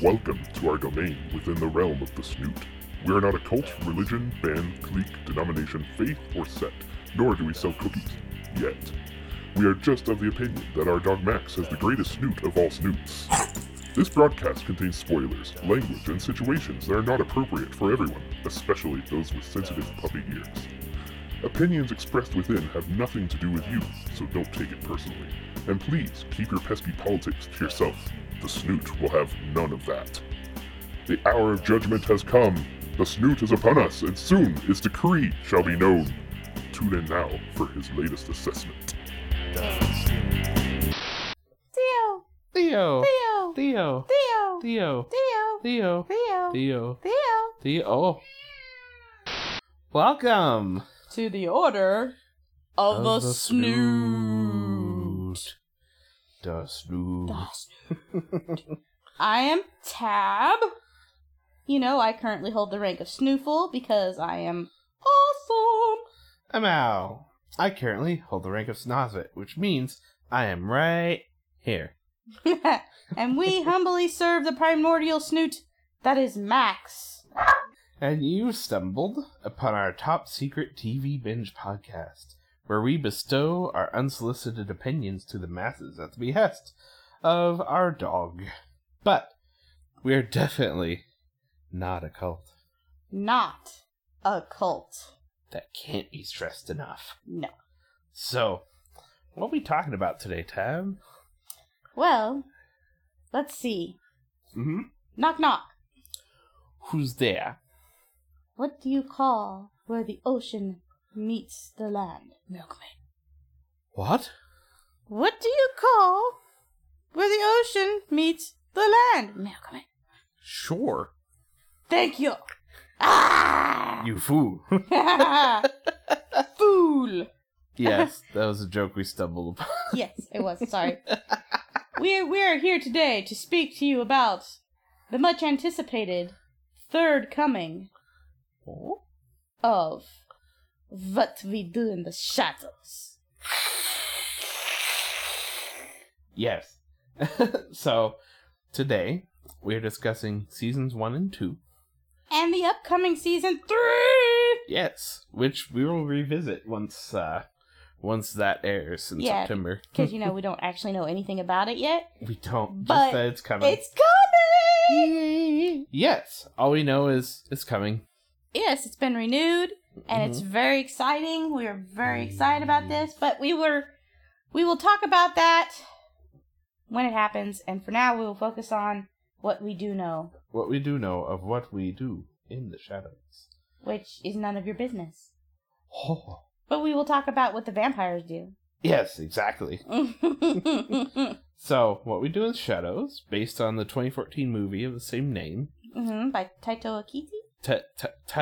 Welcome to our domain within the realm of the snoot. We are not a cult, religion, band, clique, denomination, faith, or sect, nor do we sell cookies. Yet. We are just of the opinion that our dog Max has the greatest snoot of all snoots. This broadcast contains spoilers, language, and situations that are not appropriate for everyone, especially those with sensitive puppy ears. Opinions expressed within have nothing to do with you, so don't take it personally. And please keep your pesky politics to yourself. The snoot will have none of that. The hour of judgment has come. The snoot is upon us, and soon its decree shall be known. Tune in now for his latest assessment. Theo, Theo, Theo. Theo. Theo, Theo. Theo, Theo. Theo, Theo. Theo. Theo. Welcome. To the order of, the, snoot. The snoot. The snoot. I am Tab. You know, I currently hold the rank of Snoofle because I am awesome. I'm Al. I currently hold the rank of Snozit, which means I am right here. and we humbly serve the primordial snoot that is Max. And you stumbled upon our top secret TV binge podcast, where we bestow our unsolicited opinions to the masses at the behest of our dog. But we are definitely not a cult. Not a cult. That can't be stressed enough. No. So, what are we talking about today, Tab? Well, let's see. Mm-hmm. Knock knock. Who's there? What do you call where the ocean meets the land, milkman? What? What do you call where the ocean meets the land, milkman? Sure. Thank you. Ah! You fool. Fool. yes, that was a joke we stumbled upon. Yes, it was. Sorry. we are, we are here today to speak to you about the much anticipated third coming of what we do in the shadows. Yes. so, today we're discussing seasons one and two. and the upcoming season three. Yes, which we will revisit once uh once that airs in Yeah. September. Because you know we don't actually know anything about it yet. We don't. But just that it's coming. It's coming. yes, all we know is it's coming. Yes, it's been renewed, and it's very exciting. We are very excited about this, but we were, we will talk about that when it happens. And for now, we will focus on what we do know, What we do know of what we do in the shadows. which is none of your business. Oh. But we will talk about what the vampires do. Yes, exactly. hmm So, what we do in the shadows, based on the 2014 movie of the same name, By Taito Akiti, Ta Ta Ta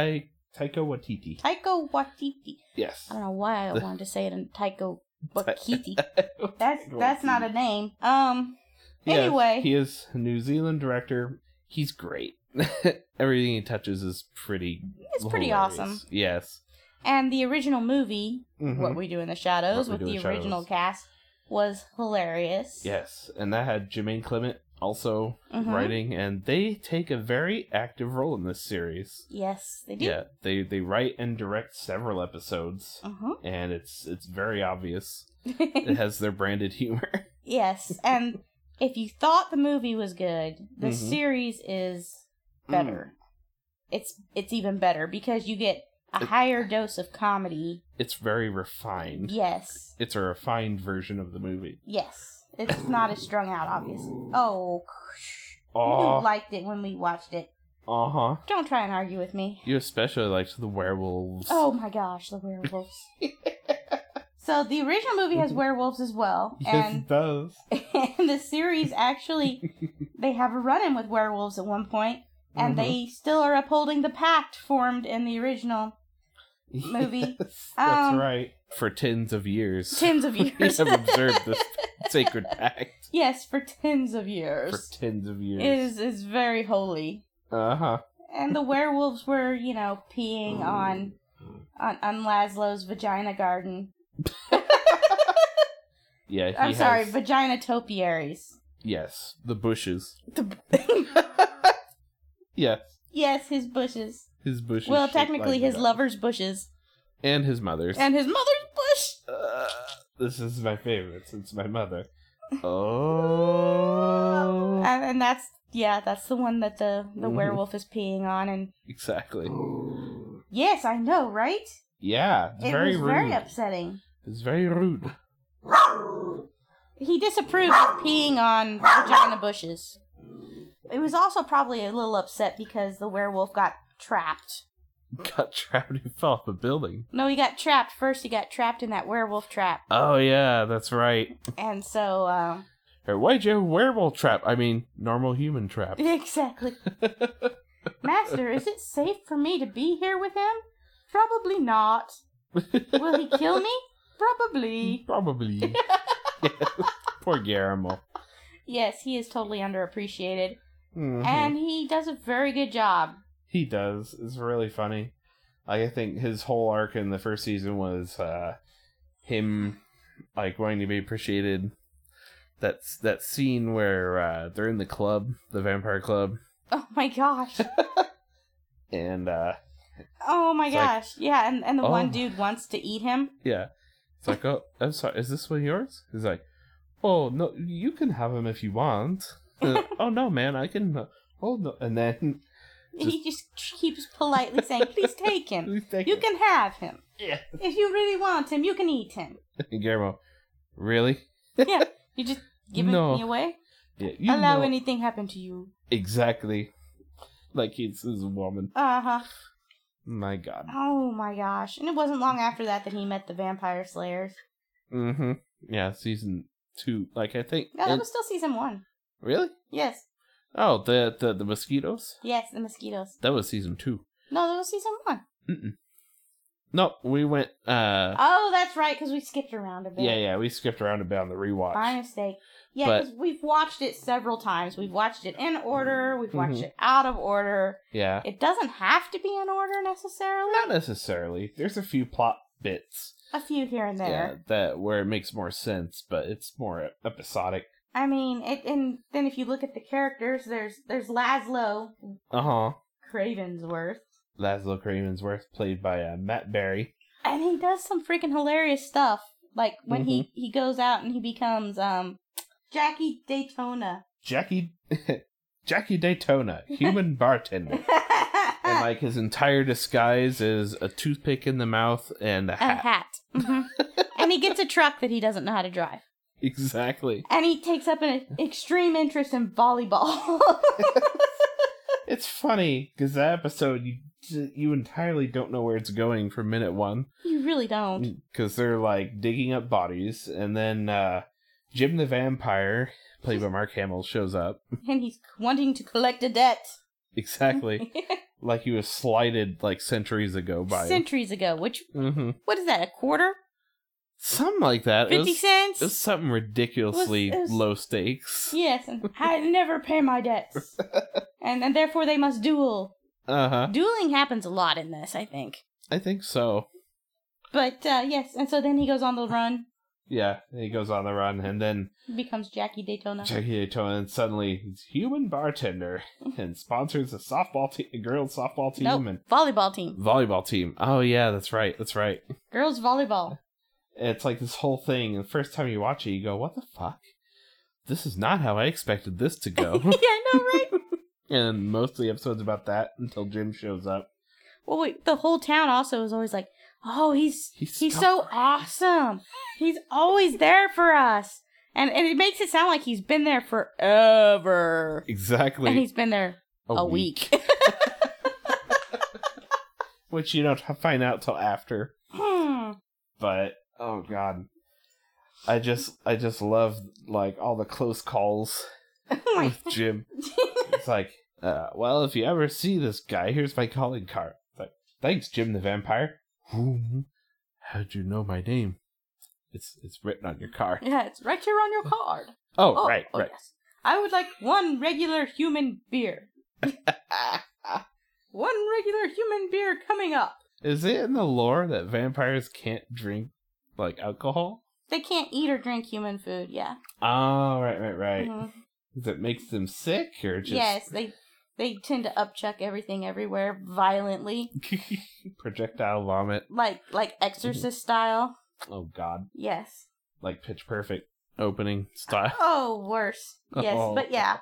Taika Waititi. Taiko Watiti. Yes. I don't know why I The- wanted to say it in Taiko Wakiti. That's Taika that's not a Waititi. name. Um. Yes, anyway. he is a New Zealand director. He's great. Everything he touches is pretty. It's pretty hilarious. awesome. Yes. And the original movie, Mhm. What We Do in the Shadows, What with We Do the in the original Shadows. cast, was hilarious. Yes, and that had Jermaine Clement also Mhm. writing, and they take a very active role in this series. Yes, they did. Yeah, they they write and direct several episodes, Uh-huh. and it's it's very obvious. It has their branded humor. yes, and if you thought the movie was good, the Mhm. series is Mm. better. It's it's even better because you get a It- higher dose of comedy. It's very refined. Yes, It's a refined version of the movie. yes, it's not as strung out, obviously. Oh, you Oh, liked it when we watched it. uh huh. Don't try and argue with me. You especially liked the werewolves. Oh my gosh, the werewolves. so the original movie has werewolves as well, yes, it does. and and the series actually they have a run-in with werewolves at one point, and Mhm. they still are upholding the pact formed in the original movie, Yes, that's um, right. For tens of years, tens of we years. have observed this sacred pact. yes, for tens of for years. tens of years. Is is very holy, Uh huh. and the werewolves were you know Oh. peeing on on on Laszlo's vagina garden. Yeah. He I'm sorry, has- vagina topiaries. yes, the bushes. The Yes, Yes, his bushes. his bushes. well, shaped like technically, his that. lover's bushes and his mother's. and his mother's bush. Uh, this is my favorite since my mother. Oh, And, and that's yeah, that's the one that the the Mhm. werewolf is peeing on. And exactly. yes, I know, right? Yeah, it's it very was rude. very upsetting. It's very rude. He disapproved of peeing on vagina bushes. It was also probably a little upset because the werewolf got trapped. Got trapped. He fell off a building. No, he got trapped first. He got trapped in that werewolf trap, Oh yeah, that's right. and so uh, Or why'd you have a werewolf trap? I mean, normal human trap. exactly. Master, is it safe for me to be here with him? Probably not. Will he kill me? Probably. Probably. Poor Garamel. Yes, he is totally underappreciated. Mhm. And he does a very good job. he does. It's really funny. Like I think his whole arc in the first season was uh, him like wanting to be appreciated. That's that scene where uh, they're in the club, the vampire club, Oh my gosh. and uh, Oh my It's like, gosh. yeah, and, and the oh. one dude wants to eat him. yeah, it's like, oh, I'm sorry, is this one yours? He's like, oh no, you can have him if you want. oh no, man, I can. Oh no, and then he just keeps politely saying, please take him. you You can have him. Yeah. If you really want him, you can eat him. Guillermo, really? Yeah. You just giving No. me away? Yeah, you Allow know anything happen to you. exactly. Like he's his woman. Uh huh. My God. Oh my gosh. And it wasn't long after that that he met the vampire slayers. Mm-hmm. Yeah, season two. Like I think. No, that it- was still season one. really? Yes. Oh, the the the mosquitoes. Yes, the mosquitoes. That was season two. No, that was season one. Mm-mm. No, we went. uh Oh, that's right, because we skipped around a bit. Yeah, yeah, we skipped around a bit on the rewatch. My mistake. Yeah, But- because we've watched it several times. We've watched it in order. We've watched Mhm. it out of order. Yeah, It doesn't have to be in order necessarily. not necessarily. There's a few plot bits. A few here and Yeah, there. that where it makes more sense, but it's more e- episodic. I mean, it, and then if you look at the characters, there's there's Laszlo Uh huh. Cravensworth, Laszlo Cravensworth, played by uh, Matt Berry. and he does some freaking hilarious stuff. Like when he Mm-hmm. he goes out and he becomes um Jackie Daytona. Jackie Jackie Daytona, human bartender. And like his entire disguise is a toothpick in the mouth and a a hat. hat. Mhm. and he gets a truck that he doesn't know how to drive. Exactly. And he takes up an extreme interest in volleyball. It's funny because that episode you you entirely don't know where it's going from minute one you really don't. because they're like digging up bodies and then uh, Jim the vampire, played by Mark Hamill, shows up. And he's wanting to collect a debt Exactly like he was slighted like centuries ago by him. centuries ago, which, hmm what is that, a quarter? Something like that. It 50 was, cents? it was something ridiculously It was- it was- low stakes. yes, and I never pay my debts. and, and therefore they must duel. Uh huh. Dueling happens a lot in this, I think. I think so. But uh, yes, and so then he goes on the run, Yeah, he goes on the run, and then becomes Jackie Daytona. Jackie Daytona and suddenly he's human bartender and sponsors a softball te- a girls softball team Nope, and volleyball team. volleyball team. Oh yeah, that's right, that's right. Girls volleyball. It's like this whole thing. And the first time you watch it, you go, "What the fuck? This is not how I expected this to yeah, go." I know, right? and most of the episodes about that until Jim shows up. Well, wait, the whole town also is always like, "Oh, he's He's he's, so so awesome. He's always there for us." And and it makes it sound like he's been there forever. Exactly And he's been there a, week. which you don't find out till after. Hmm. but oh god i just i just love like all the close calls Oh my. with jim it's like uh, well if you ever see this guy here's my calling card it's like thanks jim the vampire "Hmm, how'd you know my name it's it's written on your car Yeah, it's right here on your card. oh, right oh, right Yes. I would like one regular human beer. Ah. One regular human beer coming up. is it in the lore that vampires can't drink like alcohol They can't eat or drink human food. Yeah. oh right right right Mhm. Does it makes them sick or just Yes, they They tend to upchuck everything everywhere violently, Projectile vomit. like like Exorcist style. Oh God! Yes. Like Pitch Perfect opening style. Oh, worse. Yes, Oh. but yeah.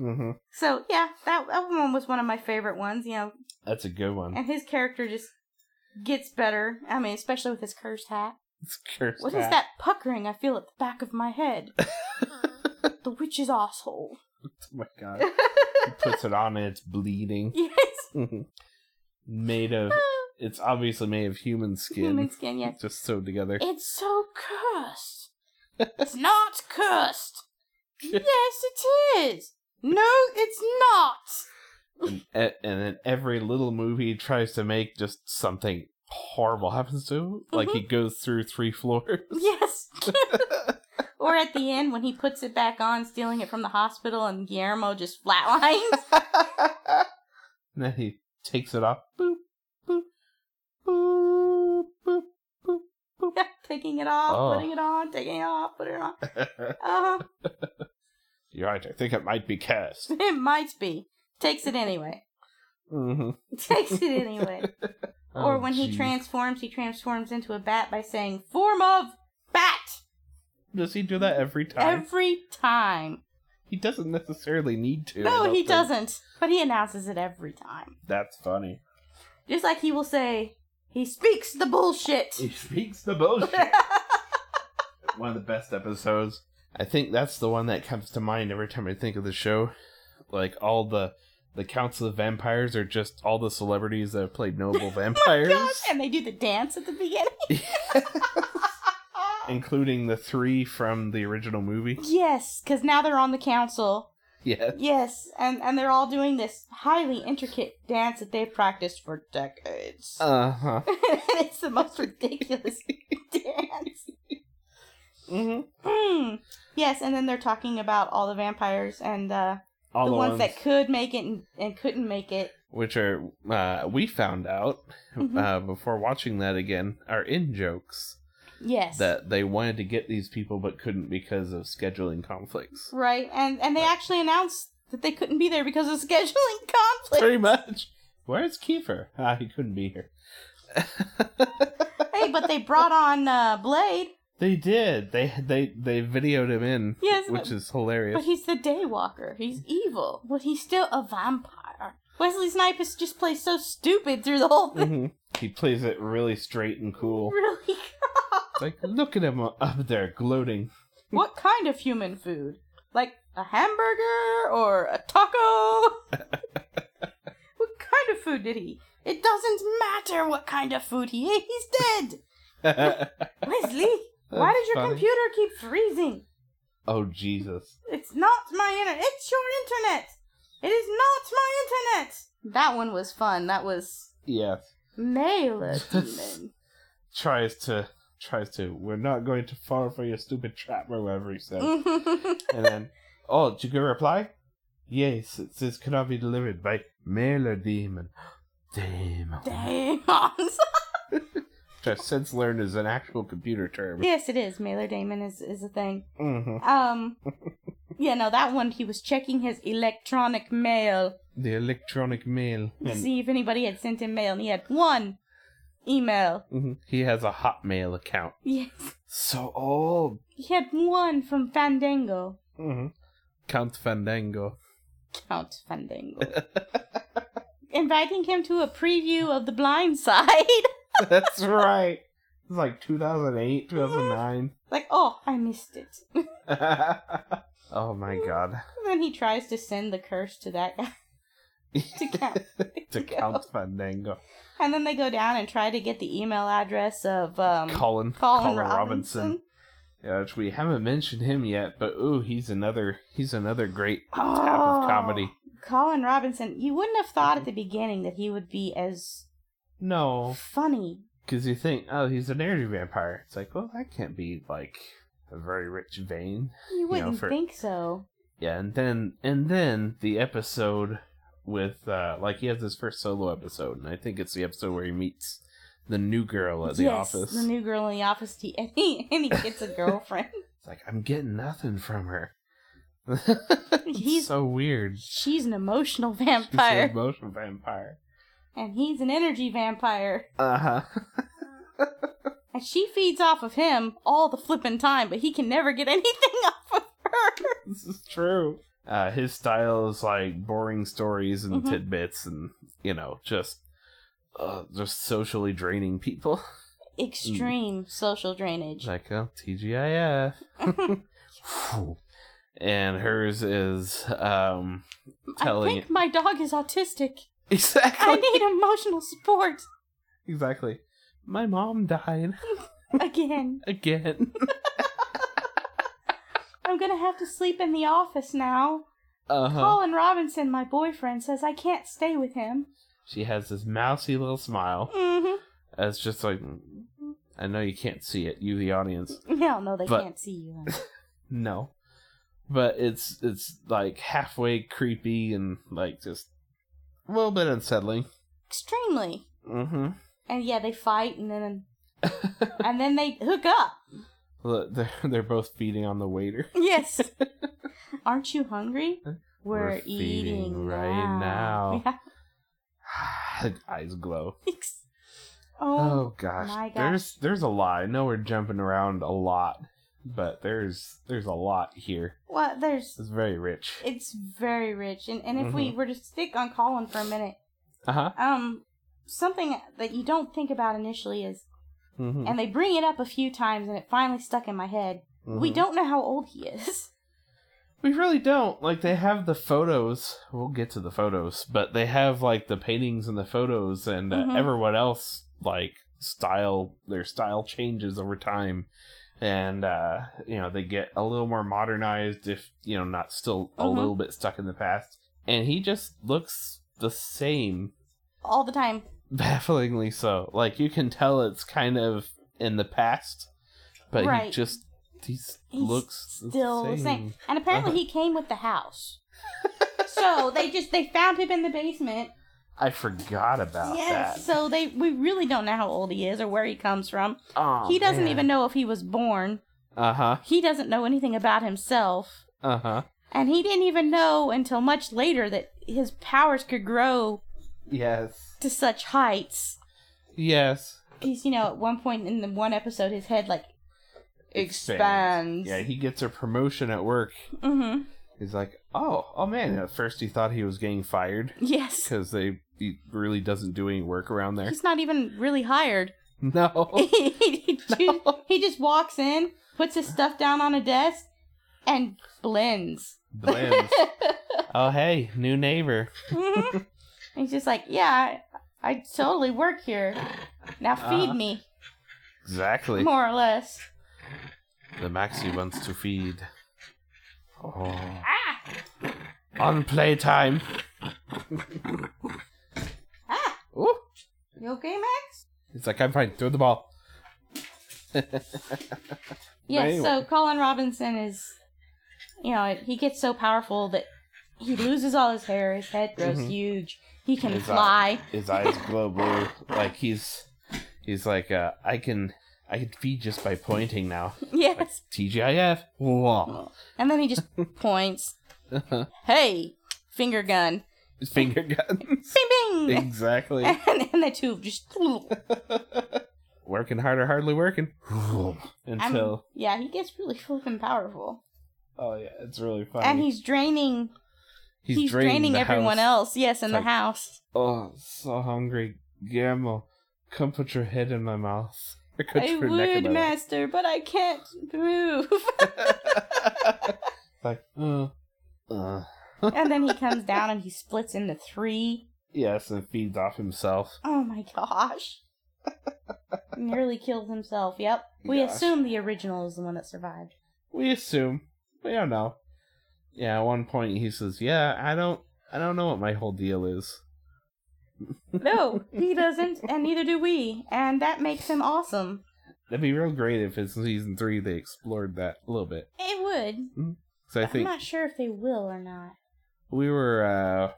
Mm-hmm. hmm So yeah, that that one was one of my favorite ones. You know, That's a good one. and his character just gets better. I mean, especially with his cursed hat. It's cursed. What is hat. that puckering I feel at the back of my head? the witch's asshole. Oh my God! He puts it on and it's bleeding. yes. made of. It's obviously made of human skin. Human skin, yes. Just sewed together. It's so cursed. It's not cursed. Yes, it is. No, it's not. and, e, and in every little movie he tries to make just something horrible happens to him like Mm-hmm. he goes through three floors Yes. or at the end when he puts it back on, stealing it from the hospital, and Guillermo just flatlines. and then he takes it off boop boop boop boop Picking it off, Oh. putting it on, taking it off, putting it on. Uh, you're right i think it might be cast it might be. Takes it anyway. hmm Takes it anyway. Mm-hmm. Oh, or when he transforms, he transforms into a bat by saying, Form of bat! does he do that every time Every time. he doesn't necessarily need to I no, don't he think. doesn't. But he announces it every time. that's funny Just like he will say, He speaks the bullshit! he speaks the bullshit one of the best episodes. I think that's the one that comes to mind every time I think of the show. Like all the the Council of Vampires are just all the celebrities that have played notable vampires, God, and they do the dance at the beginning. including the three from the original movie. yes, because now they're on the council. Yeah, Yes, and, and they're all doing this highly intricate dance that they've practiced for decades. uh huh. it's the most ridiculous dance. hmm Mm. Yes, and then they're talking about all the vampires and uh, All the, ones, that could make it and, and couldn't make it. which are uh, we found out Mhm. uh, before watching that again are in jokes Mm-hmm. Yes. that they wanted to get these people but couldn't because of scheduling conflicts. right, and, and they actually announced that they couldn't be there because of scheduling conflict. Pretty much. Where's Kiefer? Ah, he couldn't be here. hey, but they brought on uh, Blade, They did. They they they videoed him in. Yes, which but- is hilarious. but he's the Daywalker. He's evil, but he's still a vampire. Wesley Snipes just plays so stupid through the whole thing. Mhm. He plays it really straight and cool. Really? It's like, look at him up there gloating. what kind of human food? Like a hamburger or a taco? what kind of food did he? It doesn't matter what kind of food he ate. He's dead. Wesley, why does That's your funny. computer keep freezing? Oh Jesus! It's not my internet. It's your internet. It is not my internet. That one was fun. That was Yes. Mela Demon. Tries to tries to. We're not going to fall for your stupid trap or whatever he said. and then, oh, did you get a reply? Yes. It says cannot be delivered by mail or demon. Demon. Demons. Which I've since learned is an actual computer term. yes, it is. Mailer Damon is, is a thing. Mm-hmm. Um, yeah, no, that one he was checking his electronic mail The electronic mail. to And- see if anybody had sent him mail, and he had one email. Mhm. He has a Hotmail account. Yes, So old. he had one from Fandango. Mm-hmm. Count Fandango. Count Fandango. Inviting him to a preview of The Blind Side. That's right. It's like 2008, 2009. like, oh, I missed it. oh my god. And then he tries to send the curse to that guy. to Count. to Count Fandango. And then they go down and try to get the email address of um, Colin. Colin, Yeah, which we haven't mentioned him yet, but ooh, he's another he's another great Oh. tap of comedy. Colin Robinson, you wouldn't have thought at the beginning that he would be as No, funny. because you think, oh, he's an energy vampire. It's like, well, that can't be like a very rich vein. You wouldn't for- think so. Yeah, and then and then the episode with uh like he has his first solo episode, and I think it's the episode where he meets the new girl at the yes, office. the new girl in the office, he, and, he, and he gets a girlfriend. it's like I'm getting nothing from her. It's He's- so weird. She's an emotional She's an vampire, emotional vampire. and he's an energy vampire. Uh huh. And she feeds off of him all the flippin' time, but he can never get anything off of her. this is true. Uh, his style is like boring stories and Mhm. tidbits, and you know, just uh, just socially draining people. Extreme social drainage. like oh, TGIF. Phew. and hers is um I telling think my dog is autistic. I exactly need emotional support exactly. My mom died again. again. I'm gonna have to sleep in the office now. Uh huh. Colin Robinson, my boyfriend, says I can't stay with him. She has this mousy little smile. Mm-hmm. It's just like "Mm, I know you can't see it, you the audience. No, no, they But- can't see you. No. But it's it's like halfway creepy and like just a little bit unsettling. Extremely. Mm-hmm. And yeah, they fight and then and then they hook up. Look, they're they're both feeding on the waiter. Yes. Aren't you hungry? We're, We're feeding eating right now. Yeah. Eyes glow. Ex- Oh, Oh gosh. my gosh. There's there's a lot. I know we're jumping around a lot, but there's there's a lot here. well, there's. It's very rich. It's very rich, and and if we Mm-hmm. were to stick on Colin for a minute, Uh-huh. um, something that you don't think about initially is, Mm-hmm. and they bring it up a few times, and it finally stuck in my head. Mm-hmm. We don't know how old he is. We really don't. Like they have the photos. We'll get to the photos, but they have like the paintings and the photos, and uh, Mhm. everyone else like style. Their style changes over time, and uh, you know they get a little more modernized, if you know not still a Mhm. little bit stuck in the past. And he just looks the same, All the time. bafflingly so. Like you can tell it's kind of in the past, but he Right. just he's, He's looks the still the same. And apparently Uh-huh. he came with the house. so they just they found him in the basement. I forgot about yes. that. So they we really don't know how old he is or where he comes from. Oh, he doesn't even know if he was born. Uh huh. He doesn't know anything about himself. Uh huh. And he didn't even know until much later that his powers could grow Yes. to such heights. Yes. He's, you know, at one point in the one episode, his head like expands. Yeah, he gets a promotion at work. mm-hmm. He's like, oh, oh man. At first, he thought he was getting fired Yes. because they he really doesn't do any work around there. He's not even really hired. No. he, he ju- he just walks in, puts his stuff down on a desk, and blends. Blends. oh hey, new neighbor. Mhm. And He's just like, yeah, I, I totally work here. Now feed Uh-huh. me, Exactly. more or less. The maxi wants to feed. Oh. Ah, On playtime. ah, Ooh. you okay, Max? He's like, I'm fine. Throw the ball. Yes. Anyway. So Colin Robinson is, you know, he gets so powerful that he loses all his hair. His head grows Mhm. huge. He can His fly. eye- his eyes glow blue. Like he's he's like uh, I can I can feed just by pointing now. Yes. TGIF. Wah. And then he just points. Hey, finger gun. Finger guns. Bing bing. exactly. and, and the two just working harder, hardly working. I'm- Until yeah he gets really flipping powerful oh yeah, it's really funny. and he's draining he's, draining the everyone house. else yes in It's the like- house Oh, so hungry. Gamble. Come put your head in my mouth. Or put i your neck in would my mouth. master but i can't move like, uh, uh. and then he comes down and he splits into three. Yes, and feeds off himself. Oh my gosh nearly kills himself yep we Gosh. assume the original is the one that survived We assume. We don't know. Yeah, at one point he says, "Yeah, I don't, I don't know what my whole deal is." no he doesn't and neither do we and that makes him awesome That'd be real great if in season three they explored that a little bit. it would Because I i'm think not sure if they will or not we were uh,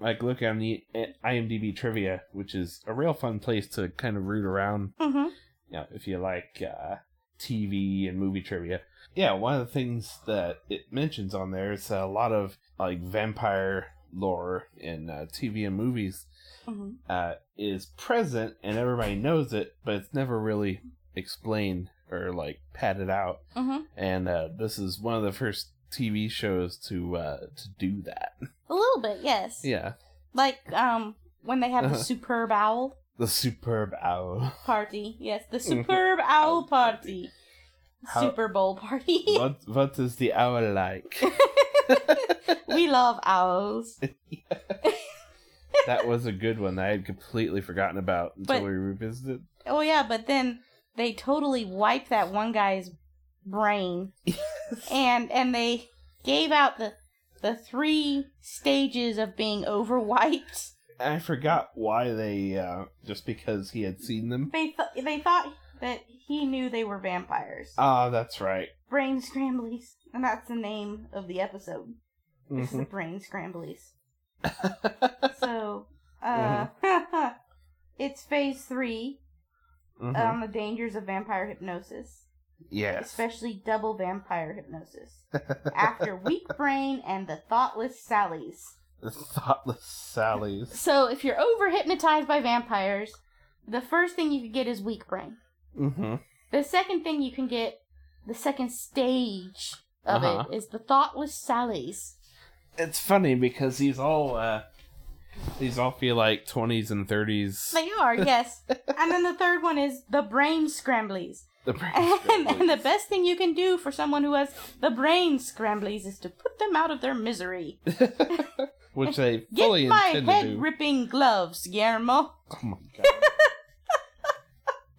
like looking on the at IMDb trivia, which is a real fun place to kind of root around. mm-hmm You know, if you like uh, TV and movie trivia. Yeah, one of the things that it mentions on there is that a lot of like vampire lore in uh, TV and movies hmm uh, is present and everybody knows it, but it's never really explained or like padded out. hmm And uh, this is one of the first TV shows to uh, to do that. A little bit, yes. Yeah, Like um, when they have the Uh-huh. superb owl the superb owl. party. Yes, the Mhm. superb owl Owl party. party. How- Super Bowl party. what what is the owl like? we love owls. that was a good one. I had completely forgotten about until But- we revisited. Oh yeah, but then they totally wiped that one guy's brain, and and they gave out the the three stages of being overwiped. I forgot why they uh, just because he had seen them. They th- they thought that he knew they were vampires. Ah, that's right. brain scramblies, and that's the name of the episode. This is the Mhm. brain scramblies. So, uh, it's phase three Mhm. on the dangers of vampire hypnosis. yes. Um, especially double vampire hypnosis. After weak brain and the thoughtless Sallies. The thoughtless Sally's. So if you're over hypnotized by vampires, the first thing you can get is weak brain. Mm-hmm. The second thing you can get, the second stage of it, Uh-huh. is the thoughtless Sallies. It's funny because these all uh, these all feel like twenties and thirties. They are yes. and then the third one is the brain scramblies. the brain And, and the scramblies. best thing you can do for someone who has the brain scramblies is to put them out of their misery. which they Get fully my intend to head do. ripping gloves, Guillermo. oh my god.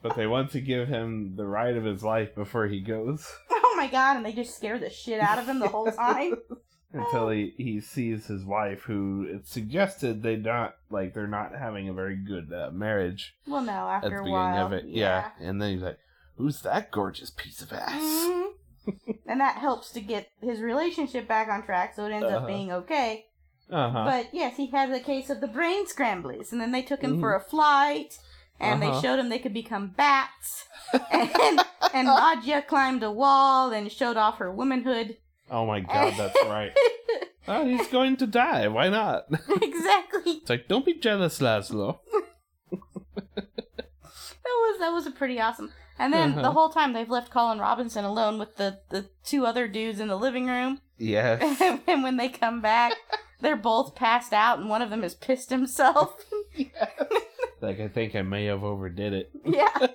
but they want to give him the ride of his life before he goes. Oh my god, and they just scare the shit out of him the whole time. until he, he sees his wife who it's suggested they not like they're not having a very good uh, marriage well, no, at the after a beginning while. of it yeah. and then he's like who's that gorgeous piece of ass Mhm. and that helps to get his relationship back on track, so it ends Uh-huh. up being okay. uh-huh But yes, he had a case of the brain scramblies, and then they took him for a flight, and Mm-hmm. Uh-huh. they showed him they could become bats. and, and Nadia climbed a wall and showed off her womanhood. oh my god that's right oh he's going to die why not exactly. it's like don't be jealous laszlo That was that was a pretty awesome. And then Uh-huh. the whole time they've left Colin Robinson alone with the the two other dudes in the living room. yes and when they come back, they're both passed out, and one of them has pissed himself. like i think i may have overdid it yeah.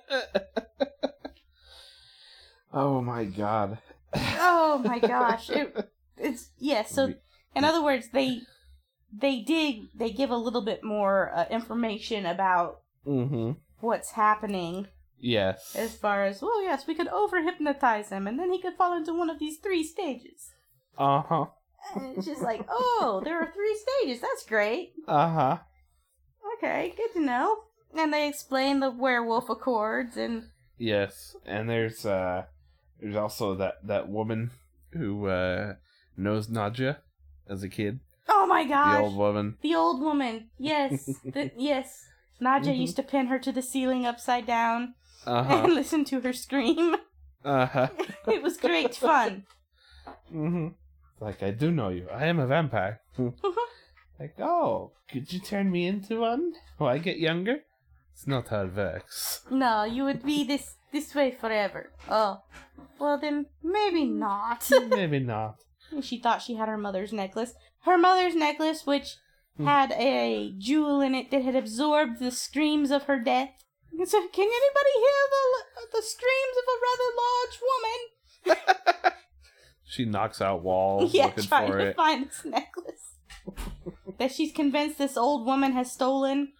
oh my god Oh my gosh. It, it's yeah. So in other words, they they dig. They give a little bit more uh, information about mm-hmm what's happening yes as far as well. Yes, we could over hypnotize him, and then he could fall into one of these three stages. uh-huh And it's just like, oh, there are three stages. That's great. uh-huh Okay, good to know. And they explain the werewolf accords and Yes, and there's uh there's also that that woman who uh knows Nadja as a kid. oh my gosh, The old woman. The old woman. Yes. The, yes. Nadja Mhm. used to pin her to the ceiling upside down Uh-huh. and listen to her scream. uh-huh. it was great fun. Mm-hmm. Mhm. Like I do know you. I am a vampire. like, "Oh, could you turn me into one when I get younger?" It's not how it works. No, you would be this this way forever. Oh. Well then maybe not. Maybe not. she thought she had her mother's necklace. Her mother's necklace, which Hmm. had a jewel in it that had absorbed the screams of her death. And So, can anybody hear the the screams of a rather large woman? She knocks out walls yeah, looking trying for to it. find this necklace that she's convinced this old woman has stolen.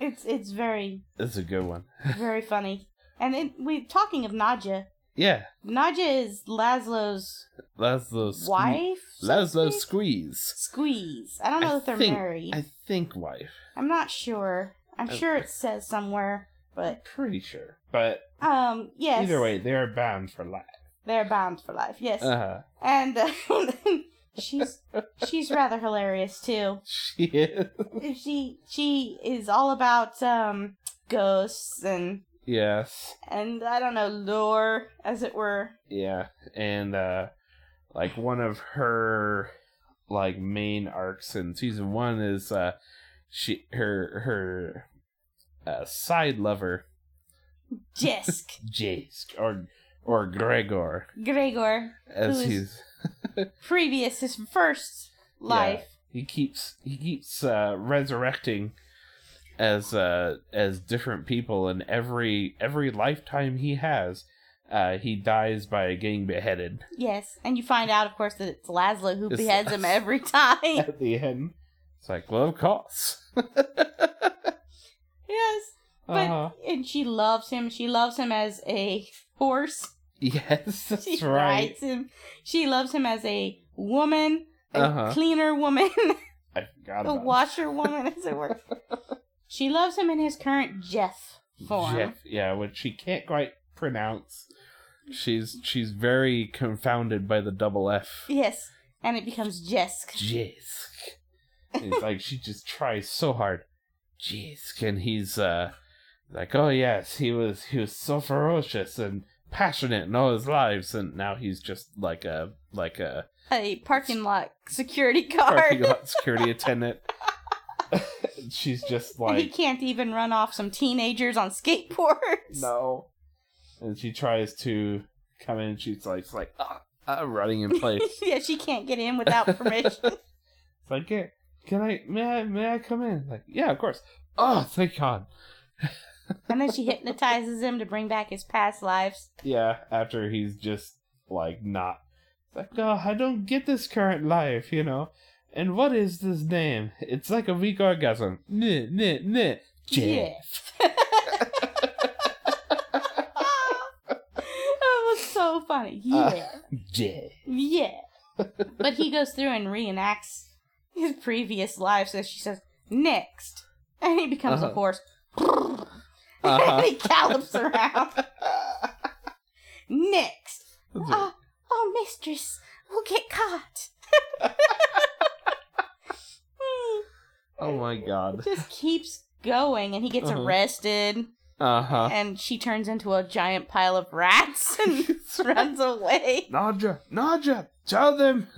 It's it's very It's a good one. very funny. And it, we talking of Nadja. Yeah. Nadja is Laszlo's Laszlo sque- wife. so to Laszlo speak? squeeze. Squeeze. I don't know I if they're think- married. I think wife. I'm not sure. I'm I- sure it says somewhere, but Pretty sure. But um, yes. either way, they are bound for life. they're bound for life. Yes, Uh-huh. and uh, she's she's rather hilarious too. She is. she she is all about um ghosts and Yes. and I don't know lore, as it were. Yeah. And uh like one of her like main arcs in season 1 is uh she her her uh, side lover Jisk, Jace or or Gregor Gregor, as Who is- he's previous his first life. he keeps he keeps uh, resurrecting as uh, as different people and every every lifetime he has uh, he dies by getting beheaded Yes, and you find out, of course, that it's Laszlo who It's beheads him Laszlo. every time. at the end it's like well of course yes, but Uh-huh. and she loves him. She loves him as a horse. yes that's She right rides him. She loves him as a woman, a Uh-huh. cleaner woman, I forgot a about washer woman, as it were. she loves him in his current Jeff form. Jeff, yeah which she can't quite pronounce she's she's very confounded by the double F Yes, and it becomes Jesk. Jisk. It's like she just tries so hard. Jisk, and he's uh like, oh yes, he was he was so ferocious and passionate in all his lives, and now he's just like a like a a parking lot security parking guard. lot security attendant. She's just And he like can't even run off some teenagers on skateboards. no, and she tries to come in. She's like, it's like ah, ah, running in place. it's yeah, she can't get in without permission. like, yeah, can I may I may I come in? Like, yeah, of course. Oh, thank God. and then she hypnotizes him to bring back his past lives. Yeah, after he's just like not it's like, oh, I don't get this current life, you know. And what is this name? It's like a weak orgasm. Nyeh, nyeh, nyeh. Jeff. that was so funny. Yeah. Uh. Jeff. yeah. But he goes through and reenacts his previous life, so she says, next. And he becomes a Uh-huh. horse. and Uh-huh. he gallops around. Next. Ah, oh, mistress, we'll get caught. Hmm, oh my god. it just keeps going, and he gets Uh-huh. arrested, Uh huh. and she turns into a giant pile of rats and runs away. Nadja, Nadja, tell them.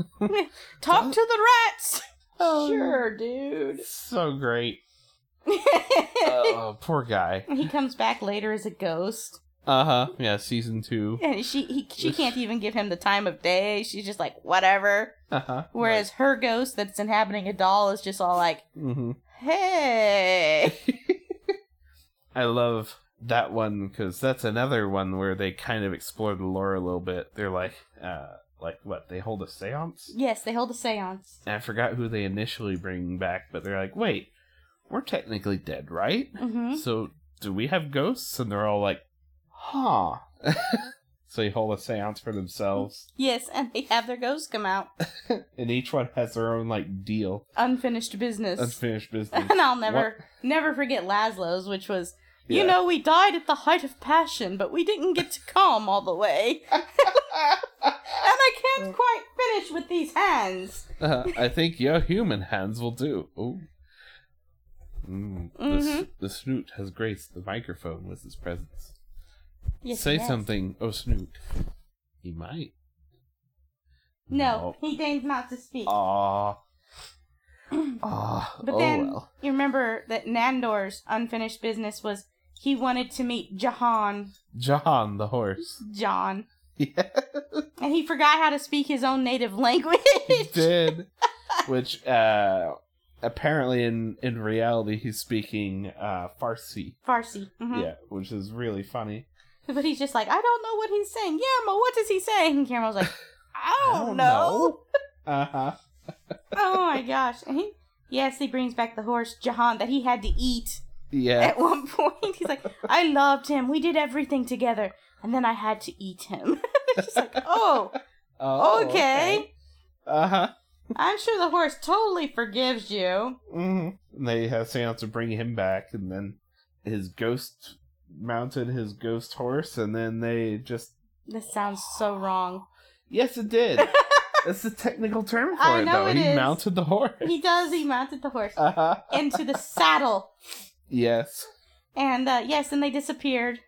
Talk to the rats! sure, dude. Oh, So great. Oh, poor guy. he comes back later as a ghost, Uh huh. Yeah, season two. and she he, she can't even give him the time of day. She's just like, whatever. Uh huh. Whereas her ghost that's inhabiting a doll is just all like, hmm hey. I love that one because that's another one where they kind of explore the lore a little bit. They're like, uh, like what? They hold a seance? Yes, they hold a seance. And I forgot who they initially bring back, but they're like, wait, we're technically dead, right? hmm So do we have ghosts? And they're all like, huh. so they hold a seance for themselves, Yes, and they have their ghosts come out. and each one has their own like deal, Unfinished business. unfinished business. and I'll never, What- never forget Laszlo's, which was, you Yeah. know, we died at the height of passion, but we didn't get to calm all the way. and I can't quite finish with these hands. Uh, I think your human hands will do. Ooh. Mm, the, s- Mm-hmm. the snoot has graced the microphone with his presence. Yes, Say yes. something, oh snoot. He might. No, he deigns not to speak. Oh. Aw. Aw. But oh then well. you remember that Nandor's unfinished business was he wanted to meet Jahan, John the horse. John, Yeah, and he forgot how to speak his own native language. he did. Which, uh, apparently in, in reality, he's speaking uh, Farsi. Farsi. mhm. Yeah, which is really funny. But he's just like, I don't know what he's saying. Yeah, but what is he saying? And Cameron's like, I don't, know. Uh huh. oh my gosh. And he, yes, he brings back the horse, Jahan, that he had to eat Yeah. at one point. He's like, I loved him. We did everything together. And then I had to eat him. She's like, oh, Oh, okay. Uh huh. I'm sure the horse totally forgives you. Mm-hmm. They have Santa to bring him back, and then his ghost mounted his ghost horse, and then they just This sounds so wrong. yes, it did. That's the technical term for I it, know though. it he is. mounted the horse. He does. He mounted the horse Uh huh. into the saddle. Yes. And uh, yes, and they disappeared.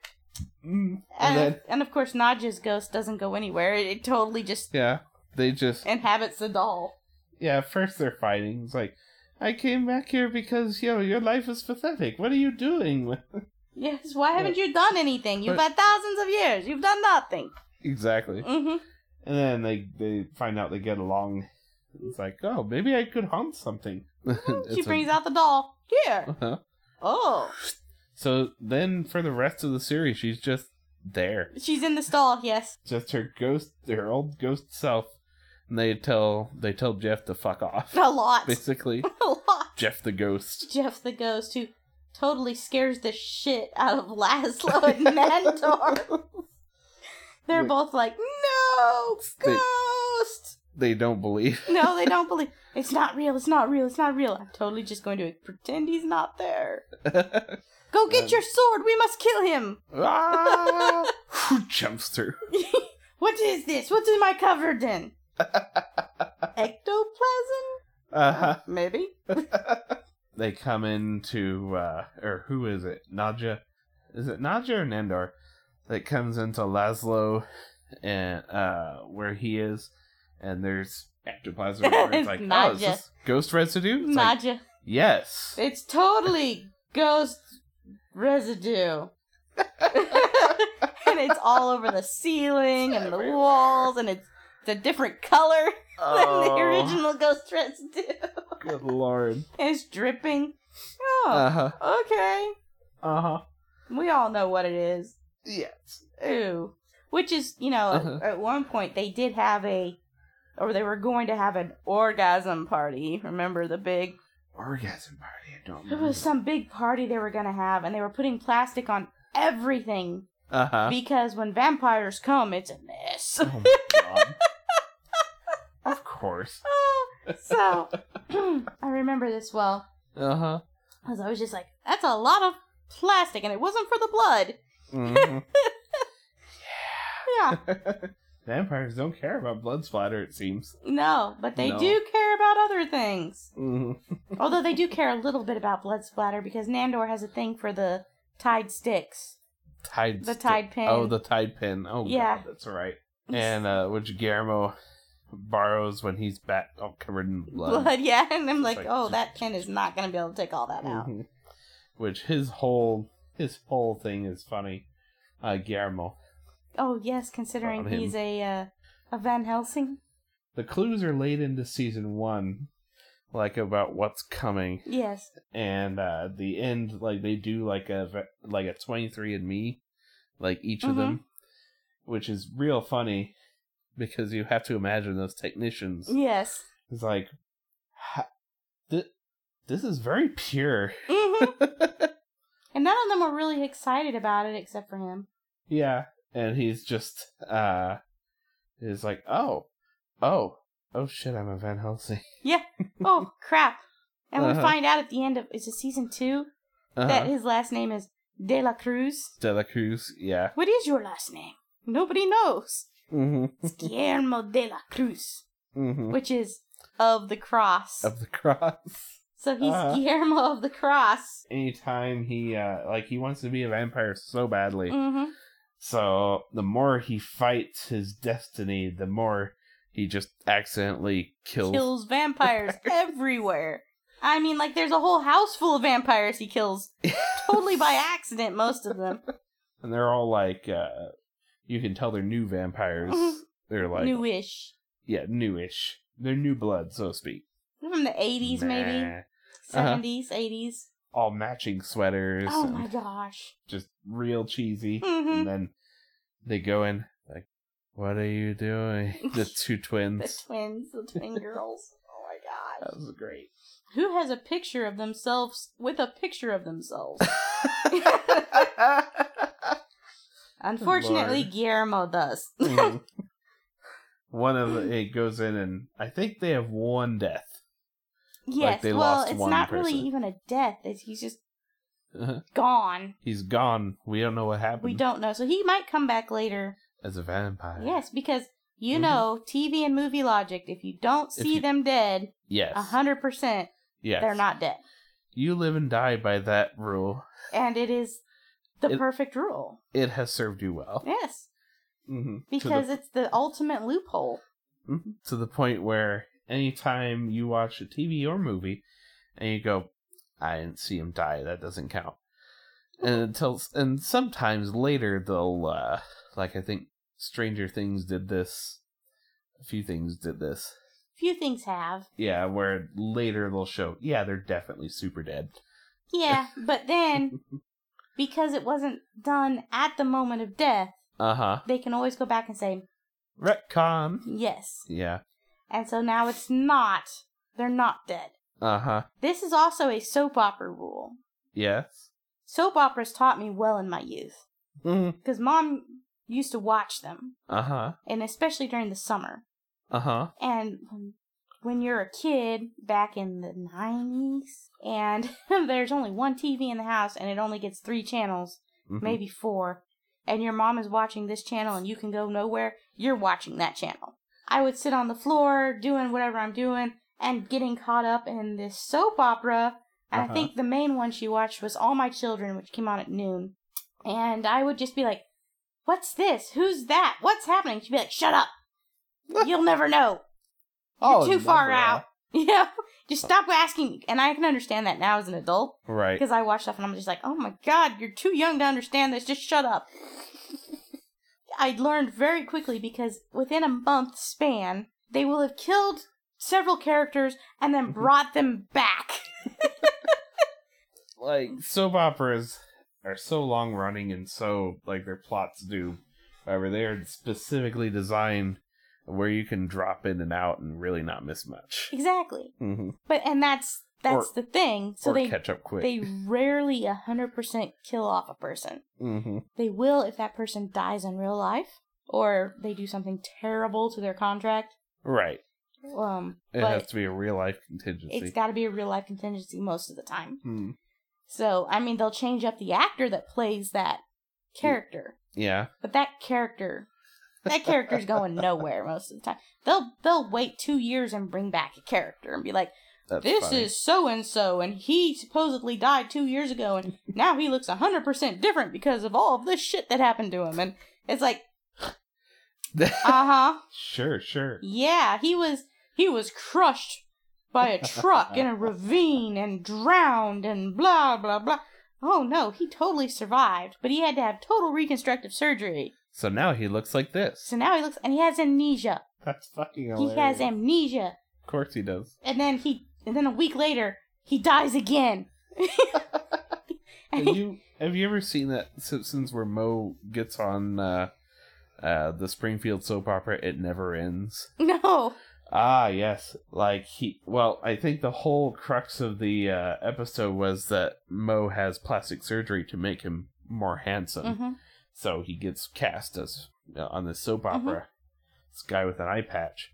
And, Mm. And then, and of course, Nadja's ghost doesn't go anywhere. It, it totally just yeah, they just inhabits the doll. yeah. First they're fighting. It's like, I came back here because yo, your life is pathetic. What are you doing? Yes, why haven't you done anything? You've But- had thousands of years. You've done nothing. exactly. hmm And then they they find out they get along. It's like, oh, maybe I could haunt something. She It's brings out the doll. Here. Uh-huh. Oh. So then, for the rest of the series, she's just there, She's in the stall, yes. just her ghost, her old ghost self. And they tell they tell Jeff to fuck off, A lot. basically. A lot. Jeff the ghost. Jeff the ghost who totally scares the shit out of Laszlo and Mandor. They're Wait. both like, no, They- ghost. They don't believe. No, they don't believe. It's not real. It's not real. It's not real. I'm totally just going to pretend he's not there. Go get Um, your sword. We must kill him. ah! Jumps through. What is this? What's in my cupboard then? Ectoplasm? Uh-huh. Maybe. they come into uh or who is it? Nadja. Is it Nadja or Nandor? That comes into Laszlo and uh where he is and there's ectoplasm everywhere. it's like oh is Nadja. this ghost residue? It's like, Naja. yes. It's totally ghost residue. and it's all over the ceiling and the Everywhere. walls, and it's, it's a different color than the Oh, original ghost residue. good lord. And it's dripping. Oh, Uh-huh. okay. Uh-huh. We all know what it is. Yes. Ooh. Which is, you know, Uh-huh. at, at one point they did have a, or they were going to have an orgasm party. Remember the big, Orgasm party, I don't it remember. was some big party they were going to have, and they were putting plastic on everything Uh-huh. because when vampires come, it's a mess. Oh my god. of course. Ah, so I remember this well Uh-huh. because I was just like, that's a lot of plastic, and it wasn't for the blood. Mhm. Yeah. Vampires don't care about blood splatter, it seems. No, but they No. do care about other things. Mm-hmm. Although they do care a little bit about blood splatter because Nandor has a thing for the tied sticks. Tide. The sti- tied pin. Oh, the tide pin. Oh, yeah, Yeah. that's right. And uh, which Guillermo borrows when he's back, all covered in blood. blood. yeah. And I'm like, like- oh, that pin is not going to be able to take all that out. Mhm. Which his whole his whole thing is funny. Uh, Guillermo. Oh, yes, considering About him. he's a uh, a Van Helsing. The clues are laid into season one, like about what's coming, Yes. and uh, at the end, like they do like a ve- like a twenty three and me, like each of Mhm. them, which is real funny because you have to imagine those technicians. Yes. It's like, ha, th- this is very pure. hmm and none of them were really excited about it except for him. yeah, and he's just uh, is like, oh, oh, oh shit, I'm a Van Helsing. Oh, crap. And we Uh-huh. find out at the end of, is it season 2 That Uh-huh. his last name is De La Cruz. De La Cruz, yeah. What is your last name? Nobody knows. Mm-hmm. It's Guillermo de la Cruz, Mm-hmm. which is of the cross. Of the cross. so he's uh-huh. Guillermo of the cross. Anytime he uh, like he wants to be a vampire so badly. Mm-hmm. So the more he fights his destiny, the more he just accidentally kills. Kills vampires everywhere. I mean, like, there's a whole house full of vampires he kills totally by accident, most of them. and they're all like, uh, you can tell they're new vampires. Mhm. They're like, Newish. yeah, newish. They're new blood, so to speak. From the 80s, maybe? Nah. Uh-huh. 70s, 80s. All matching sweaters. Oh and my gosh. Just real cheesy. Mhm. And then they go in like, what are you doing? the two The twins. twins, the twin girls. Oh my That gosh. was great. Who has a picture of themselves with a picture of themselves? Unfortunately, Lord. Guillermo does. Mhm. One of the, it goes in and I think they have one death. Yes, they well, lost it's one not really person. even a death. It's, he's just Uh-huh. gone. He's gone. We don't know what happened. We don't know. So he might come back later. As a vampire. Yes, because you Mhm. know TV and movie logic. If you don't If see you- them dead, Yes. a hundred percent Yes. they're not dead. You live and die by that rule. And it is the It- perfect rule. It has served you well. Yes, Mm-hmm. because it's the ultimate loophole. Mhm. to the point where anytime you watch a TV or movie and you go, I didn't see him die, that doesn't count. And until and sometimes later they'll uh like I think Stranger Things did this a few things did this. Few things have. Yeah, where later they'll show, yeah, they're definitely super dead. Yeah, but then because it wasn't done at the moment of death, Uh-huh. they can always go back and say Retcon. yes. Yeah. And so now it's not. They're not dead. Uh-huh. This is also a soap opera rule. Yes. Soap operas taught me well in my youth Mm. because mom used to watch them, Uh-huh. and especially during the summer. Uh-huh. And when you're a kid back in the 90s, and there's only one TV in the house and it only gets three channels, Mhm. maybe four, and your mom is watching this channel and you can go nowhere, you're watching that channel. I would sit on the floor doing whatever I'm doing and getting caught up in this soap opera. And Uh-huh. I think the main one she watched was All My Children, which came on at noon. And I would just be like, What's this? Who's that? What's happening? She'd be like, Shut up. You'll never know. Oh, too far never. out. You know? Just stop asking. And I can understand that now as an adult Right. because I watch stuff and I'm just like, oh my god, you're too young to understand this. Just shut up. I learned very quickly because within a month span, they will have killed several characters and then Mm-hmm. brought them back. like soap operas are so long running and so like their plots do however they are specifically designed where you can drop in and out and really not miss much exactly. mm-hmm. But and that's that's Or- the thing. So or they catch up quick they rarely a hundred percent kill off a person. mm-hmm. They will if that person dies in real life or they do something terrible to their contract. right Um, it but has to be a real life contingency it's got to be a real life contingency most of the time. Mm. So, I mean, they'll change up the actor that plays that character, yeah but that character, that character's going nowhere most of the time. They'll they'll wait two years and bring back a character and be like, that's "This funny. is so and so, and he supposedly died two years ago, and now he looks hundred percent different because of all of this shit that happened to him." And it's like, uh huh, sure sure yeah, he was he was crushed by a truck in a ravine and drowned and blah blah blah. Oh no, he totally survived, but he had to have total reconstructive surgery. so now he looks like this So now he looks and he has amnesia. that's fucking He hilarious. has amnesia. of course he does And then he and then a week later he dies again. have you have you ever seen that Simpsons where Mo gets on uh, uh, the Springfield soap opera? It never ends. no. Ah, yes. Like he, well, I think the whole crux of the uh, episode was that Mo has plastic surgery to make him more handsome, hmm so he gets cast as uh, on this soap opera. This guy with an eye patch,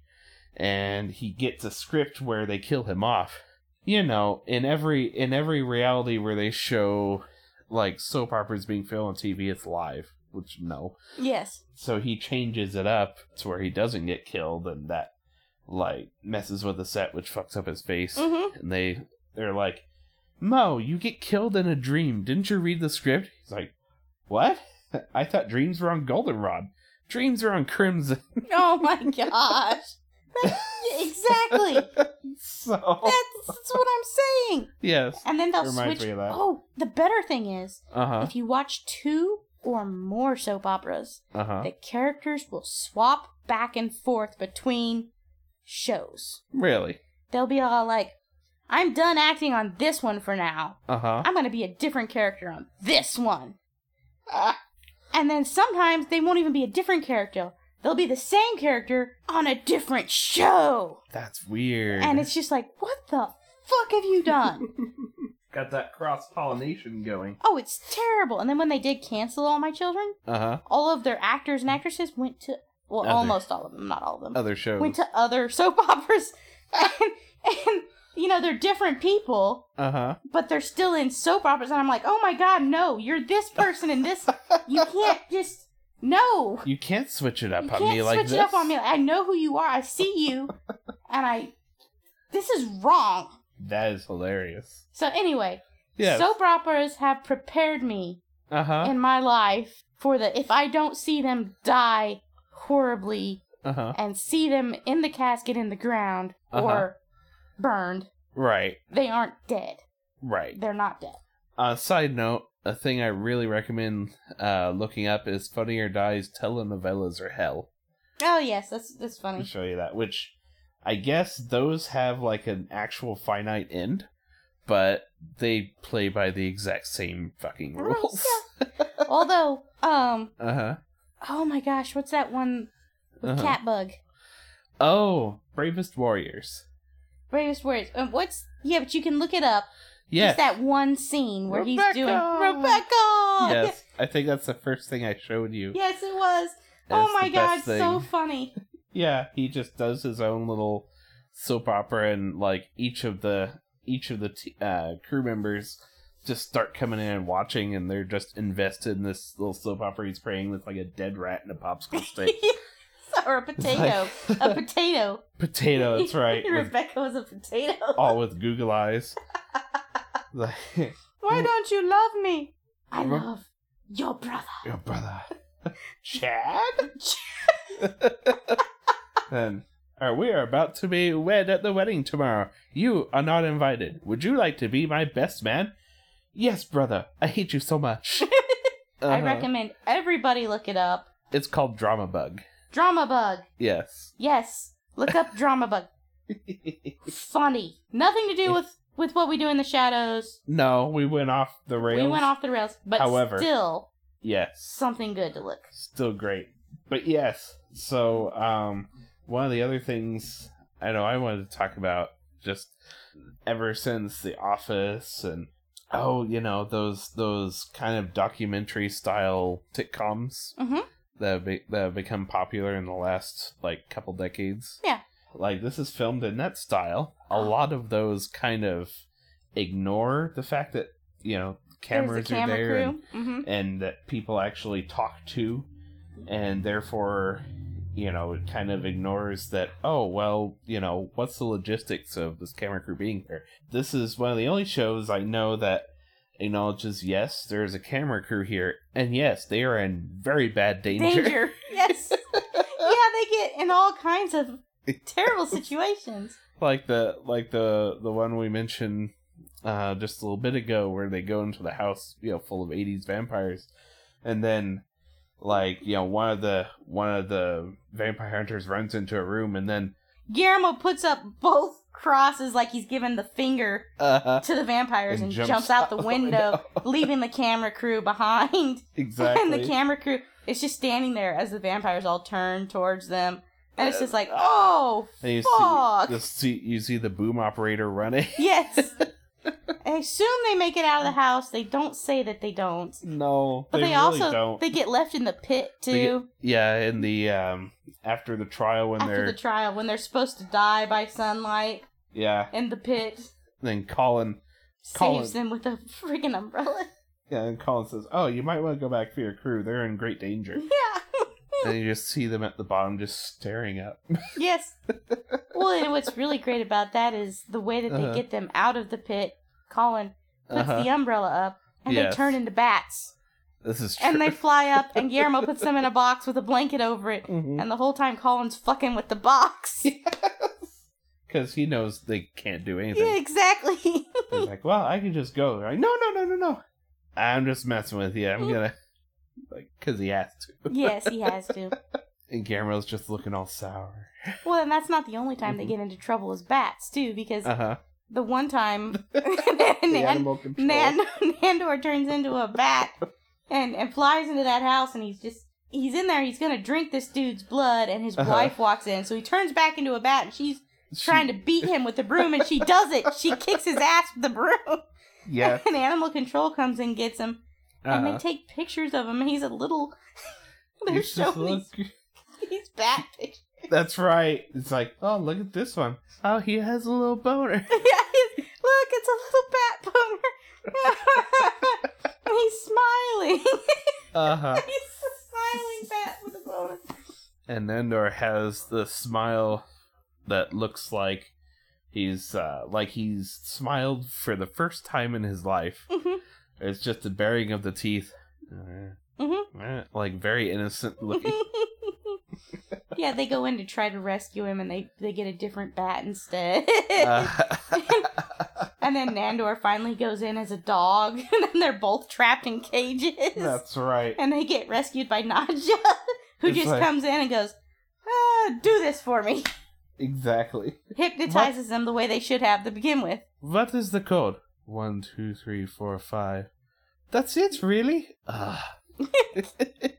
and he gets a script where they kill him off. You know, in every in every reality where they show like soap operas being filmed on TV, it's live. Which no, Yes. so he changes it up to where he doesn't get killed and that like messes with the set which fucks up his face Mhm. and they they're like mo you get killed in a dream didn't you read the script he's like what i thought dreams were on goldenrod dreams are on crimson Oh my gosh. That's- exactly. so That's, that's what I'm saying. yes And then they'll Reminds switch. me of that. Oh, the better thing is uh-huh If you watch two or more soap operas, uh-huh the characters will swap back and forth between shows. really They'll be all like, I'm done acting on this one for now. uh-huh I'm going to be a different character on this one. Uh, And then sometimes they won't even be a different character. They'll be the same character on a different show. that's weird And it's just like, what the fuck have you done? got that cross-pollination going oh, it's terrible. And then when they did cancel all my children, uh-huh all of their actors and actresses went to well Other- almost all of them not all of them other shows went to other soap operas and, and you know they're different people uh-huh but they're still in soap operas and i'm like oh my god no you're this person and this you can't just no you can't switch it up you on can't me like switch this it up on me i know who you are i see you and i this is wrong That is hilarious. so anyway Yes. soap operas have prepared me Uh huh. in my life for the if I don't see them die horribly Uh huh. and see them in the casket in the ground Uh-huh. or burned, Right. they aren't dead. Right. They're not dead. Uh, side note: a thing I really recommend uh, looking up is "Funny or Die's telenovelas are hell." Oh yes, that's that's I'll funny. show you that. Which I guess those have like an actual finite end, but they play by the exact same fucking Rules, rules. Although, um, uh huh. oh my gosh, what's that one with Uh-huh. Catbug? Oh, Bravest Warriors. Bravest Warriors. Um, what's yeah? But you can look it up. Yeah. Just that one scene where he's doing Rebecca! Rebecca. yes, I think that's the first thing I showed you. Yes, it was. as oh my the best god, so thing. funny. Yeah, he just does his own little soap opera, and like each of the each of the t- uh, crew members just start coming in and watching, and they're just invested in this little soap opera he's praying with like a dead rat and a popsicle stick. or a potato. It's a like- potato. potato. That's right. with- Rebecca was a potato. all with Google eyes. Like, Why don't you love me? I Re- love your brother. your brother, Chad. Then, uh, we are about to be wed at the wedding tomorrow. You are not invited. Would you like to be my best man? Yes, brother. I hate you so much. I Uh-huh. recommend everybody look it up. It's called Drama Bug. Drama Bug. Yes. Yes. Look up Drama Bug. Funny. Nothing to do with with what we do in the shadows. no, we went off the rails. We went off the rails, but However. still Yes. something good to look. still great. But yes, so um, one of the other things I know I wanted to talk about just ever since The Office and oh, you know those those kind of documentary style sitcoms Mhm. that have be- that have become popular in the last like couple decades. Yeah. Uh-huh. like this is filmed in that style. A lot of those kind of ignore the fact that you know There's cameras the camera are there and crew. hmm and that people actually talk to and therefore you know it kind of ignores that oh well you know what's the logistics of this camera crew being here this is one of the only shows i know that acknowledges yes there is a camera crew here and yes they are in very bad danger, Danger. yes. yeah, they get in all kinds of terrible situations. like the like the the one we mentioned uh just a little bit ago where they go into the house you know full of 80s vampires and then like you know one of the one of the vampire hunters runs into a room and then Guillermo puts up both crosses like he's giving the finger uh to the vampires and, And jumps, jumps Oh, out the out the window, window. leaving the camera crew behind. exactly And the camera crew is just standing there as the vampires all turn towards them. And it's just like, oh, and you fuck. see the see you see the boom operator running yes. I assume they make it out of the house. They don't say that they don't. no But they, really also don't they get left in the pit They too yeah in the um after the trial when after they're the trial when they're supposed to die by sunlight yeah in the pit. then colin saves Colin. them with a freaking umbrella. yeah and colin says oh you might want to go back for your crew they're in great danger Yeah. and you just see them at the bottom just staring up. Yes. Well, and what's really great about that is the way that they Uh-huh. get them out of the pit. Colin puts Uh-huh. the umbrella up, and Yes. they turn into bats, This is true. and they fly up, and Guillermo puts them in a box with a blanket over it, Mhm. and the whole time Colin's fucking with the box. Because he knows they can't do yeah, anything. exactly. He's like, well, I can just go. They're like, no, no, no, no, no. I'm just messing with you. I'm gonna, like, because he has to. yes, he has to. And Guillermo's just looking all sour. Well, and that's not the only time they Mhm. get into trouble as bats too, because Uh huh. the one time The Nan- animal control. Nan- Nandor turns into a bat and, and flies into that house, and he's just he's in there. He's gonna drink this dude's blood, and his Uh-huh. wife walks in, so he turns back into a bat, and she's She- trying to beat him with the broom, and she does it. She kicks his ass with the broom, Yeah. and animal control comes and gets him, and they Uh-huh. take pictures of him, and he's a little. They're He's just showing these, look- these bat pictures. That's right. It's like, oh, look at this one. Oh, he has a little boner. yeah, he's, look, it's a little bat boner. and he's smiling. Uh huh. He's a smiling bat with a boner. And Endor has the smile that looks like he's uh, like he's smiled for the first time in his life. Mhm. It's just the baring of the teeth. Mhm. Uh, like very innocent Mm-hmm. looking. yeah, they go in to try to rescue him, and they they get a different bat instead. Uh, and then Nandor finally goes in as a dog, and then they're both trapped in cages, that's right. and they get rescued by Nadja, who It's just like- comes in and goes, ah, "Do this for me." Exactly. Hypnotizes them the way they should have to begin with. What is the code? One, two, three, four, five. That's it, really? Ah. it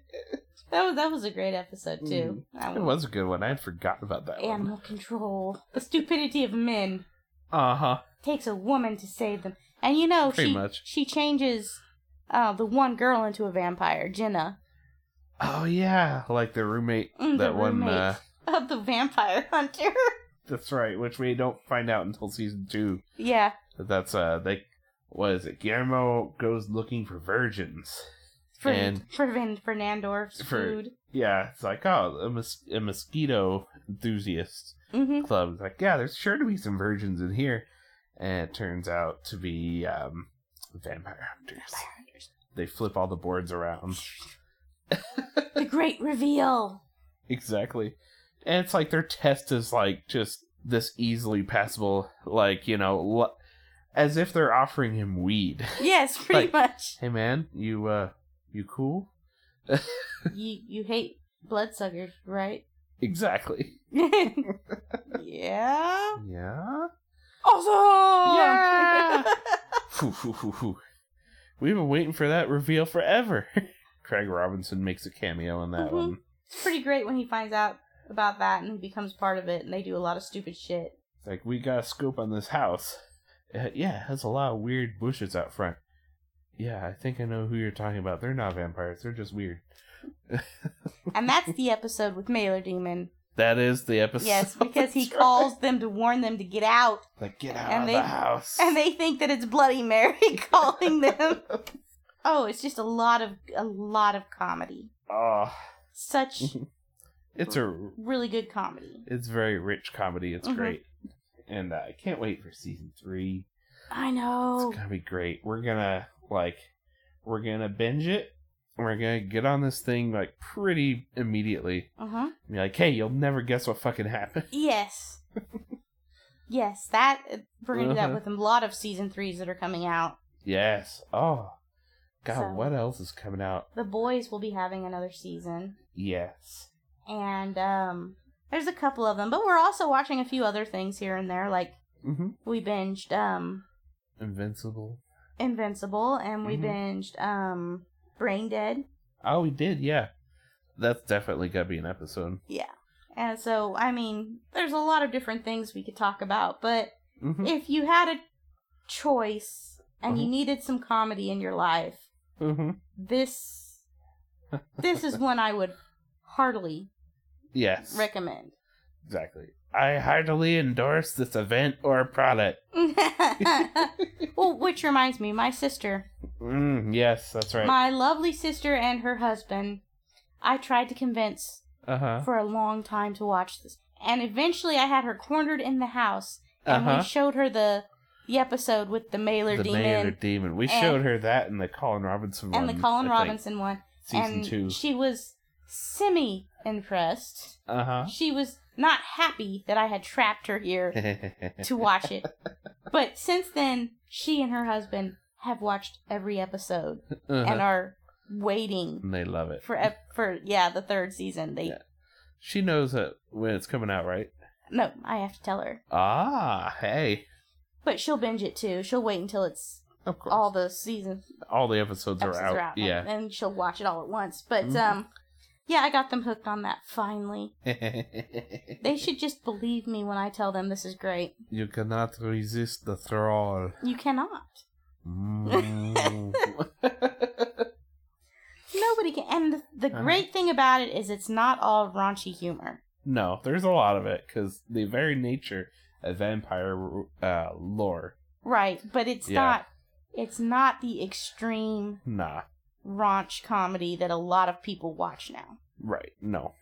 That was that was a great episode too. That one- Mm. was a good one. I had forgotten about that one. Animal control. The stupidity of men Uh huh. takes a woman to save them. And you know, Pretty she much. she changes uh, the one girl into a vampire, Jenna, Oh yeah, like the roommate. Mm, the that one. roommate. Uh, of the vampire hunter. that's right. Which we don't find out until season two. yeah, But that's uh, they. What is it? Guillermo goes looking for virgins. for And- for Vin Fernandor's For- food. Yeah, it's like oh, a, mos- a mosquito enthusiast. hmm club. It's like, yeah, there's sure to be some virgins in here. And it turns out to be um, vampire hunters. They flip all the boards around. the great reveal. Exactly. And it's like their test is like just this easily passable, like, you know, l- as if they're offering him weed. Yes, pretty Like- much. hey man, you uh you cool? You you hate bloodsuckers, right? Exactly. yeah. Yeah. Awesome. Yeah! Phew, phew, phew, phew. We've been waiting for that reveal forever. Craig Robinson makes a cameo in that Mhm. one. it's pretty great when he finds out about that and becomes part of it, and they do a lot of stupid shit. It's like, we got a scope on this house. Uh, yeah, it has a lot of weird bushes out front. Yeah, I think I know who you're talking about. They're not vampires, they're just weird. And that's the episode with Mailer Demon. That is the episode. Yes, because he That's right. calls them to warn them to get out, Like, get out and of they- the house. and they think that it's Bloody Mary calling them. Oh, it's just a lot of a lot of comedy. oh, Such it's a really good comedy. it's very rich comedy. It's Mhm. great, and uh, I can't wait for season three. I It's know. gonna be great. We're gonna like, we're gonna binge it. and We're gonna get on this thing like pretty immediately. Uh huh. And be like, hey, you'll never guess what fucking happened. Yes. Yes, that we're gonna do that Uh-huh. with a lot of season threes that are coming out. Yes. Oh, God, So- what else is coming out? The boys will be having another season. Yes. and um, there's a couple of them. But we're also watching a few other things here and there. Like Mm-hmm. we binged um, Invincible. Invincible, and we Mhm. binged um, Brain Dead. Oh, we did. Yeah, that's definitely gonna be an episode. And so, I mean, there's a lot of different things we could talk about. But Mm-hmm. if you had a choice and you Mhm. needed some comedy in your life, Mm-hmm. this this is one I would heartily Yes. recommend. exactly. I heartily endorse this event or product. well, which reminds me, my sister Mm, yes, that's right. My lovely sister and her husband, I tried to convince Uh huh. for a long time to watch this. And eventually I had her cornered in the house Uh and we huh. showed her the the episode with the Mailer The Demon Mayor Demon. We and- showed her that in the Colin Robinson and one. the Colin I think. Robinson one. season and two. she was semi impressed. Uh huh. She was not happy that I had trapped her here Uh-huh. to watch it. But since then, she and her husband have watched every episode and are waiting and they love it. for ep- for yeah the third season they Yeah. She knows that when it's coming out, right? no i have to tell her Ah, hey. but she'll binge it too she'll wait until it's Of course. all the seasons, all the episodes, episodes are, out. and Yeah. then she'll watch it all at once but Mhm. um yeah i got them hooked on that finally they should just believe me when i tell them this is great you cannot resist the thrall. you cannot Mm. nobody can and the, the Uh-huh. great thing about it is it's not all raunchy humor no, there's a lot of it because the very nature of vampire uh, lore. right but it's Yeah. not it's not the extreme Nah, raunch comedy that a lot of people watch now right? No.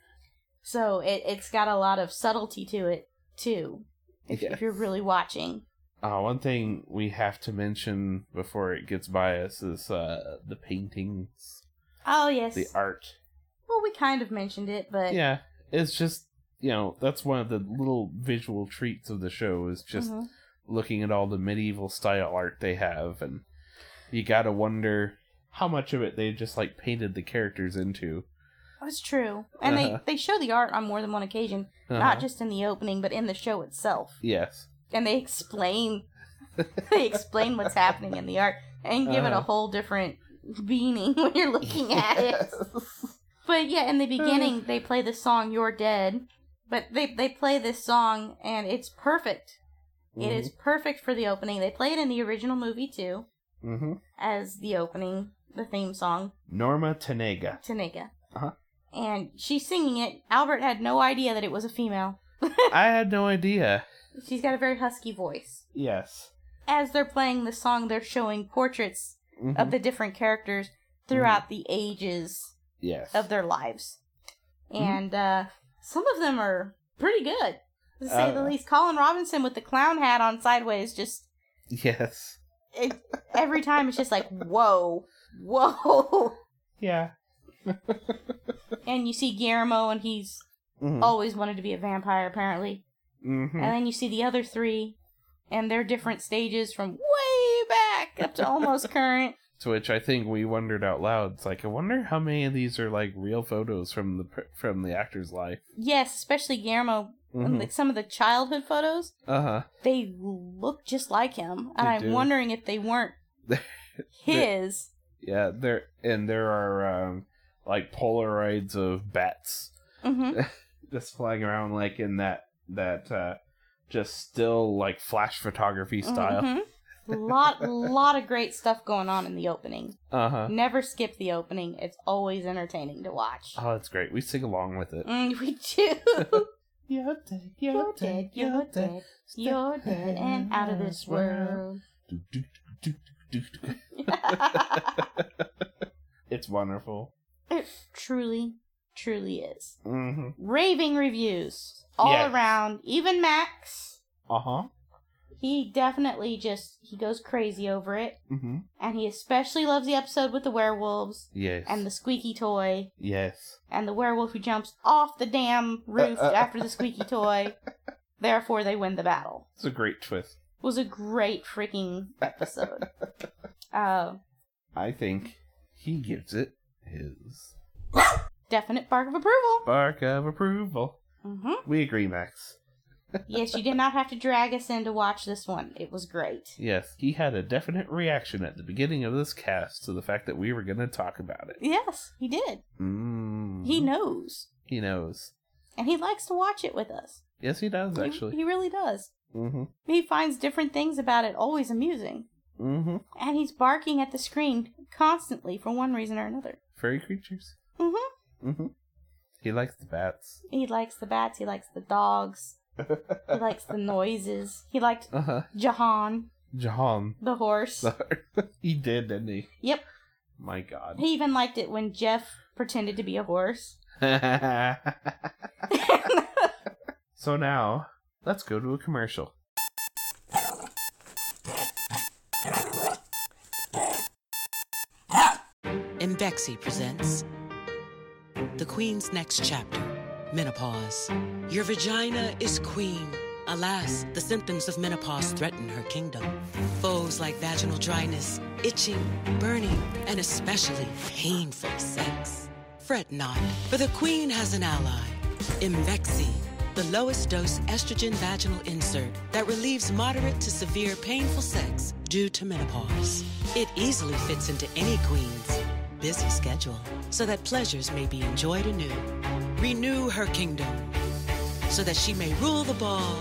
So it, it's got a lot of subtlety to it too. If, if you're Yes. really watching, Uh, one thing we have to mention before it gets by us is uh, the paintings. Oh yes. the art. well, we kind of mentioned it, but Yeah, it's just you know that's one of the little visual treats of the show is just Mhm. looking at all the medieval style art they have, and you gotta wonder how much of it they just like painted the characters into. That's true. And Uh-huh. they, they show the art on more than one occasion, Uh-huh. not just in the opening, but in the show itself. yes, And they explain they explain what's happening in the art and give it Uh-huh. a whole different meaning when you're looking at it. But yeah, in the Uh. beginning they play the song "You're Dead," but they they play this song and it's perfect. It is Mm-hmm. perfect for the opening. They play it in the original movie too hmm as the opening, the theme song. Norma Tanega. Tanega. Uh-huh. And she's singing it. Albert had no idea that it was a female. I had no idea. She's got a very husky voice. Yes. As they're playing the song, they're showing portraits Mhm. of the different characters throughout the ages yes. of their lives. Mhm. And uh, some of them are pretty good, to say the Uh. least. Colin Robinson with the clown hat on sideways, just yes. it, every time it's just like, whoa, whoa. Yeah. And you see Guillermo, and he's Mm-hmm. always wanted to be a vampire, apparently. Mm. and then you see the other three and their different stages from way back up to almost current To which I think we wondered out loud. It's like I wonder how many of these are like real photos from the pr- from the actor's life. yes especially guillermo Mm-hmm. and like some of the childhood photos Uh huh. they look just like him and They i'm do. wondering if they weren't They- his Yeah. There and there are um, like Polaroids of bats hmm just flying around like in that that uh, just still like flash photography Mm-hmm. style. lot lot of great stuff going on in the opening Uh huh. never skip the opening it's always entertaining to watch Oh, it's great. We sing along with it. Mm, we do You're dead. you're dead you're dead you're dead and out of this world it's wonderful. It truly, truly is. Mm-hmm. Raving reviews all Yes. around. Even Max, Uh huh. he definitely just he goes crazy over it, Mm-hmm. and he especially loves the episode with the werewolves Yes. and the squeaky toy yes. and the werewolf who jumps off the damn roof after the squeaky toy. Therefore, they win the battle. It's a great twist. Was a great freaking episode. uh, I think he gives it his definite bark of approval. bark of approval. hmm We agree, Max. Yes, you did not have to drag us in to watch this one. It was great. Yes, he had a definite reaction at the beginning of this cast to the fact that we were going to talk about it. Yes, he did. Mm. He knows. He knows. And he likes to watch it with us. Yes, he does He- actually. He, really does. Mm-hmm. He finds different things about it always amusing. Mm-hmm. And he's barking at the screen constantly for one reason or another. Furry creatures. hmm Mm-hmm. He likes the bats. He likes the bats, he likes the dogs, he likes the noises. He liked Uh huh. Jahan, John. the horse. he did, didn't he? Yep. My God. He even liked it when Jeff pretended to be a horse. so now, let's go to a commercial. And Bexy presents The Queen's Next Chapter Menopause. Your vagina is queen. Alas, the symptoms of menopause threaten her kingdom. Foes like vaginal dryness, itching, burning, and especially painful sex. Fret not, for the Queen has an ally. Imvexi, the lowest dose estrogen vaginal insert that relieves moderate to severe painful sex due to menopause. It easily fits into any queen's busy schedule so that pleasures may be enjoyed anew. Renew her kingdom so that she may rule the ball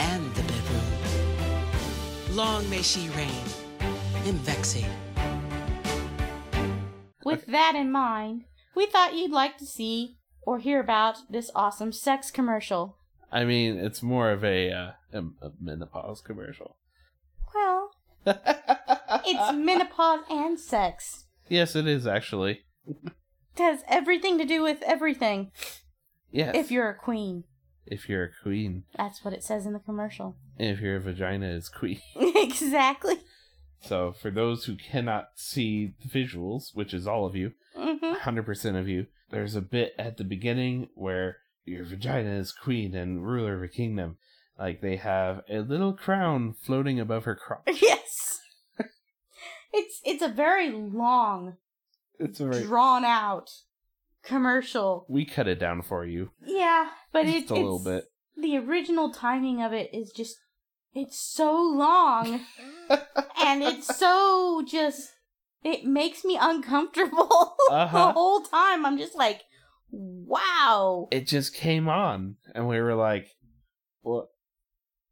and the bedroom. Long may she reign. Imvexi. With that in mind, we thought you'd like to see or hear about this awesome sex commercial. I mean, it's more of a, uh, a, a menopause commercial. Well, it's menopause and sex. yes, it is actually. It has everything to do with everything. Yes. If you're a queen, if you're a queen, that's what it says in the commercial. if your vagina is queen, exactly. So, for those who cannot see the visuals, which is all of you, hmm 100% of you, there's a bit at the beginning where your vagina is queen and ruler of a kingdom. Like, they have a little crown floating above her crotch. Yes. it's it's a very long, It's a very. drawn out commercial. We cut it down for you. Yeah, but Just it's a little it's- bit. The original timing of it is just it's so long and it's so just it makes me uncomfortable Uh-huh. the whole time. I'm just like, wow. It just came on, and we were like, what?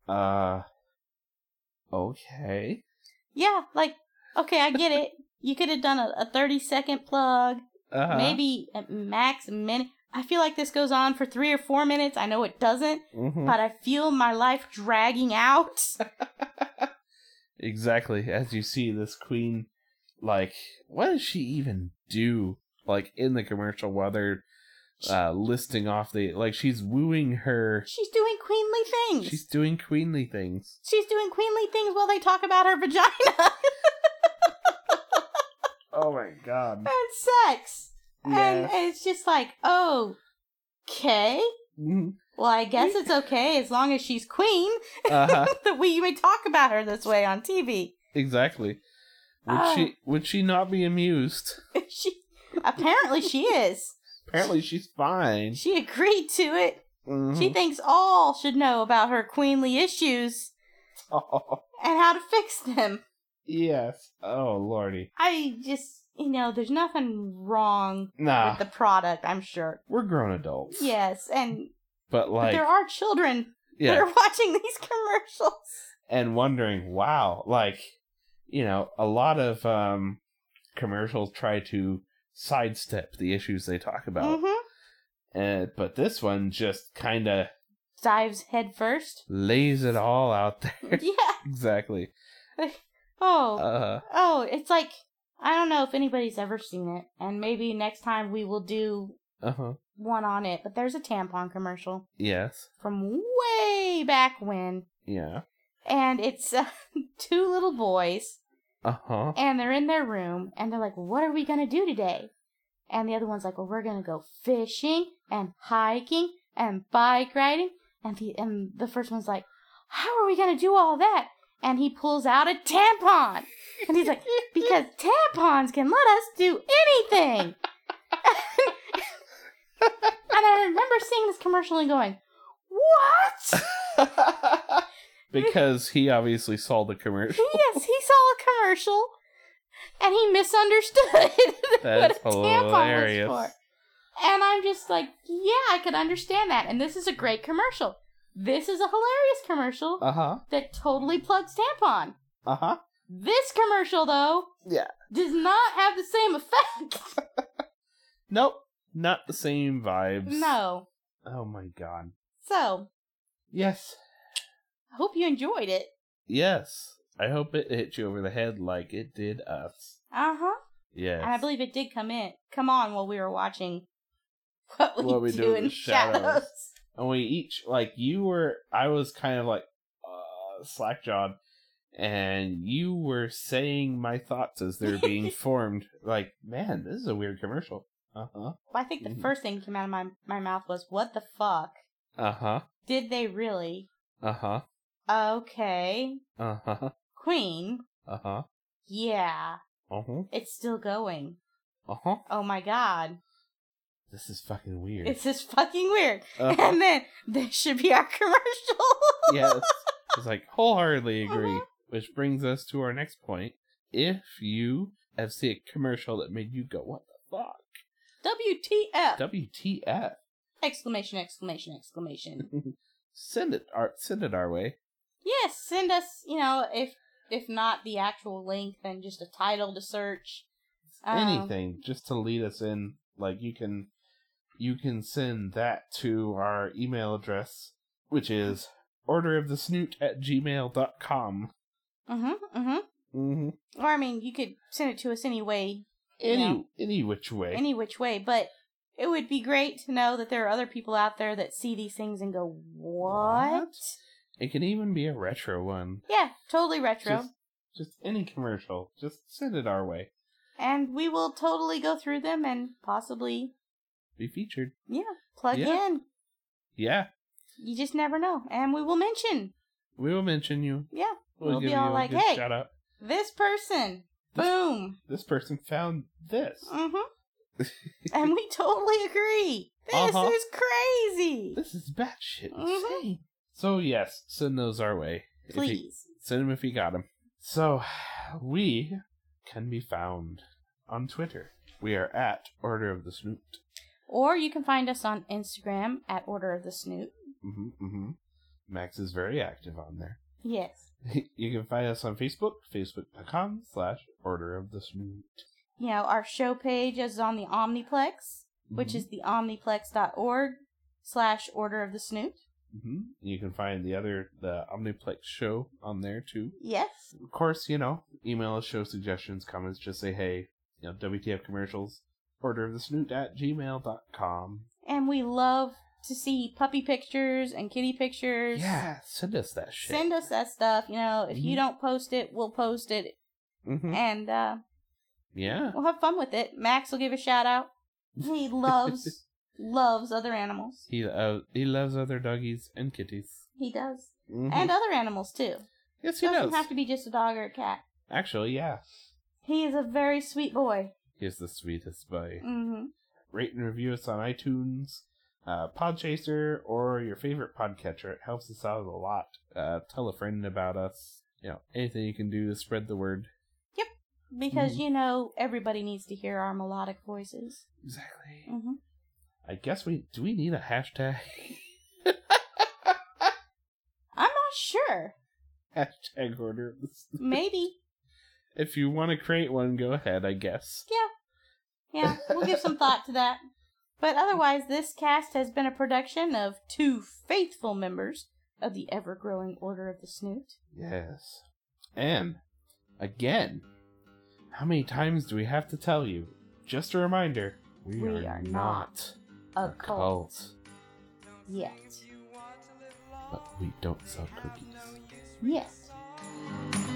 Uh. Okay. Yeah, like okay, I get it. You could have done a, a 30 second plug, Uh-huh. maybe at max a minute. I feel like this goes on for 3 or 4 minutes. I know it doesn't, Mhm. but I feel my life dragging out. Exactly. As you see this queen, like, what does she even do? Like, in the commercial, while they're uh, listing off the. Like, she's wooing her. She's doing queenly things. She's doing queenly things. She's doing queenly things while they talk about her vagina Oh my god. and sex. And, and it's just like, oh, okay. Mm-hmm. Well, I guess it's okay as long as she's queen Uh huh. that we may talk about her this way on TV. Exactly. Would Oh. she would she not be amused? she apparently she is. Apparently she's fine. She agreed to it. Mhm. She thinks all should know about her queenly issues and how to fix them. Oh, yes. Oh lordy. I just, you know, there's nothing wrong Nah. with the product, I'm sure. We're grown adults. Yes, and But but like there are children yeah. that are watching these commercials. and wondering, wow, like, you know, a lot of um, commercials try to sidestep the issues they talk about. hmm And, but this one just kind of Dives head first. lays it all out there. yeah. exactly. Oh. Uh, oh, it's like I don't know if anybody's ever seen it, and maybe next time we will do uh huh. one on it. But there's a tampon commercial Yes. from way back when, Yeah. and it's uh, two little boys, Uh huh. and they're in their room, and they're like, "What are we gonna do today?" And the other one's like, "Well, we're gonna go fishing and hiking and bike riding." And the and the first one's like, "How are we gonna do all that?" And he pulls out a tampon, and he's like, "Because tampons can let us do anything." and I remember seeing this commercial and going, "What?" because he obviously saw the commercial. yes, he saw a commercial, and he misunderstood. That's what a tampon hilarious. was for. And I'm just like, yeah, I could understand that. And this is a great commercial. This is a hilarious commercial Uh huh. that totally plugs tampon. Uh huh. This commercial, though, Yeah. does not have the same effect. Nope. Not the same vibes. no. Oh my god. So, Yes. I hope you enjoyed it. Yes. I hope it hit you over the head like it did us. Uh huh. Yes. And I believe it did come in, come on while we were watching what we, What We do, Do in in the the shadows. Shadows. And we each, like, you were, I was kind of like, uh, slackjawed, and you were saying my thoughts as they're being formed. Like, man, this is a weird commercial. Uh huh. Well, I think the Mhm. first thing that came out of my my mouth was, "What the fuck Uh huh. did they really?" Uh huh. Okay, Uh huh. Queen. Uh huh. Yeah, Uh huh. it's still going. Uh huh. Oh my god, This is fucking weird. it's just fucking weird. Uh-huh. And then this should be our commercial. yes. It's like wholeheartedly agree. Uh-huh. Which brings us to our next point. If you have seen a commercial that made you go, what the fuck? WTF! WTF? exclamation! Exclamation! Exclamation! send it our send it our way. yes, send us. You know, if if not the actual link, then just a title to search. Um, Anything just to lead us in. Like you can you can send that to our email address, which is order of the snoot at gmail.com. Mhm. Mhm. Mm-hmm. Or I mean, you could send it to us any way Any Yeah. any which way. any which way, but it would be great to know that there are other people out there that see these things and go, "What?" What? it can even be a retro one. Yeah, totally retro. Just, Just any commercial. Just send it our way. And we will totally go through them and possibly, Be featured. yeah, plug Yeah. in. Yeah. You just never know. And we will mention, We will mention you. yeah, We'll give be all you a like, good "Hey." Shout out. this person. This- Boom. This person found this. Mm-hmm. and we totally agree. This Uh-huh. is crazy. This is batshit Mhm. insane. So, yes, send those our way. If you- Please. send them if you got them. So, we can be found on Twitter. We are at Order of the Snoot. Or you can find us on Instagram at Order of the Snoot. hmm hmm Max is very active on there. Yes. you can find us on Facebook, facebook.com slash Order of the Snoot. You know, our show page is on the Omniplex, which Mm-hmm. is the omniplex.org slash Order of the Snoot. hmm You can find the other, the Omniplex show on there too. Yes. Of course, you know, email us show suggestions, comments, just say, hey, you know, WTF commercials, order of the snoot at gmail.com. And we love to see puppy pictures and kitty pictures. Yeah, send us that shit. Send us that stuff. You know, if Mhm. you don't post it, we'll post it. hmm And uh, Yeah. we'll have fun with it. Max will give a shout out. He loves, loves other animals. He, uh, he loves other doggies and kitties. He does. Mhm. And other animals too. yes, he Doesn't does. have to be just a dog or a cat. Actually, yeah. He is a very sweet boy. He's the sweetest boy. hmm Rate and review us on iTunes, uh, Podchaser, or your favorite podcatcher. It helps us out a lot. Uh, tell a friend about us. You know, anything you can do to spread the word. Because Mhm. you know everybody needs to hear our melodic voices. Exactly. hmm I guess we do we need a hashtag I'm not sure. hashtag order of the Snoot. Maybe. If you want to create one, go ahead, I guess. Yeah, we'll give some thought to that. But otherwise, this cast has been a production of two faithful members of the ever growing Order of the Snoot. Yes. And again, how many times do we have to tell you? Just a reminder, we, We are, are not A a cult. cult. Yet. But we don't sell cookies. Yes.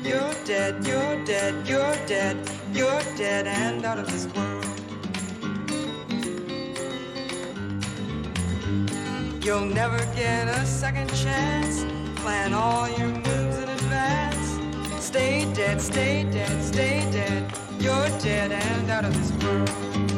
You're dead, you're dead, you're dead, you're dead and out of this world. You'll never get a second chance. Plan all your moves in advance. Stay dead, stay dead, stay dead. You're dead and out of this world.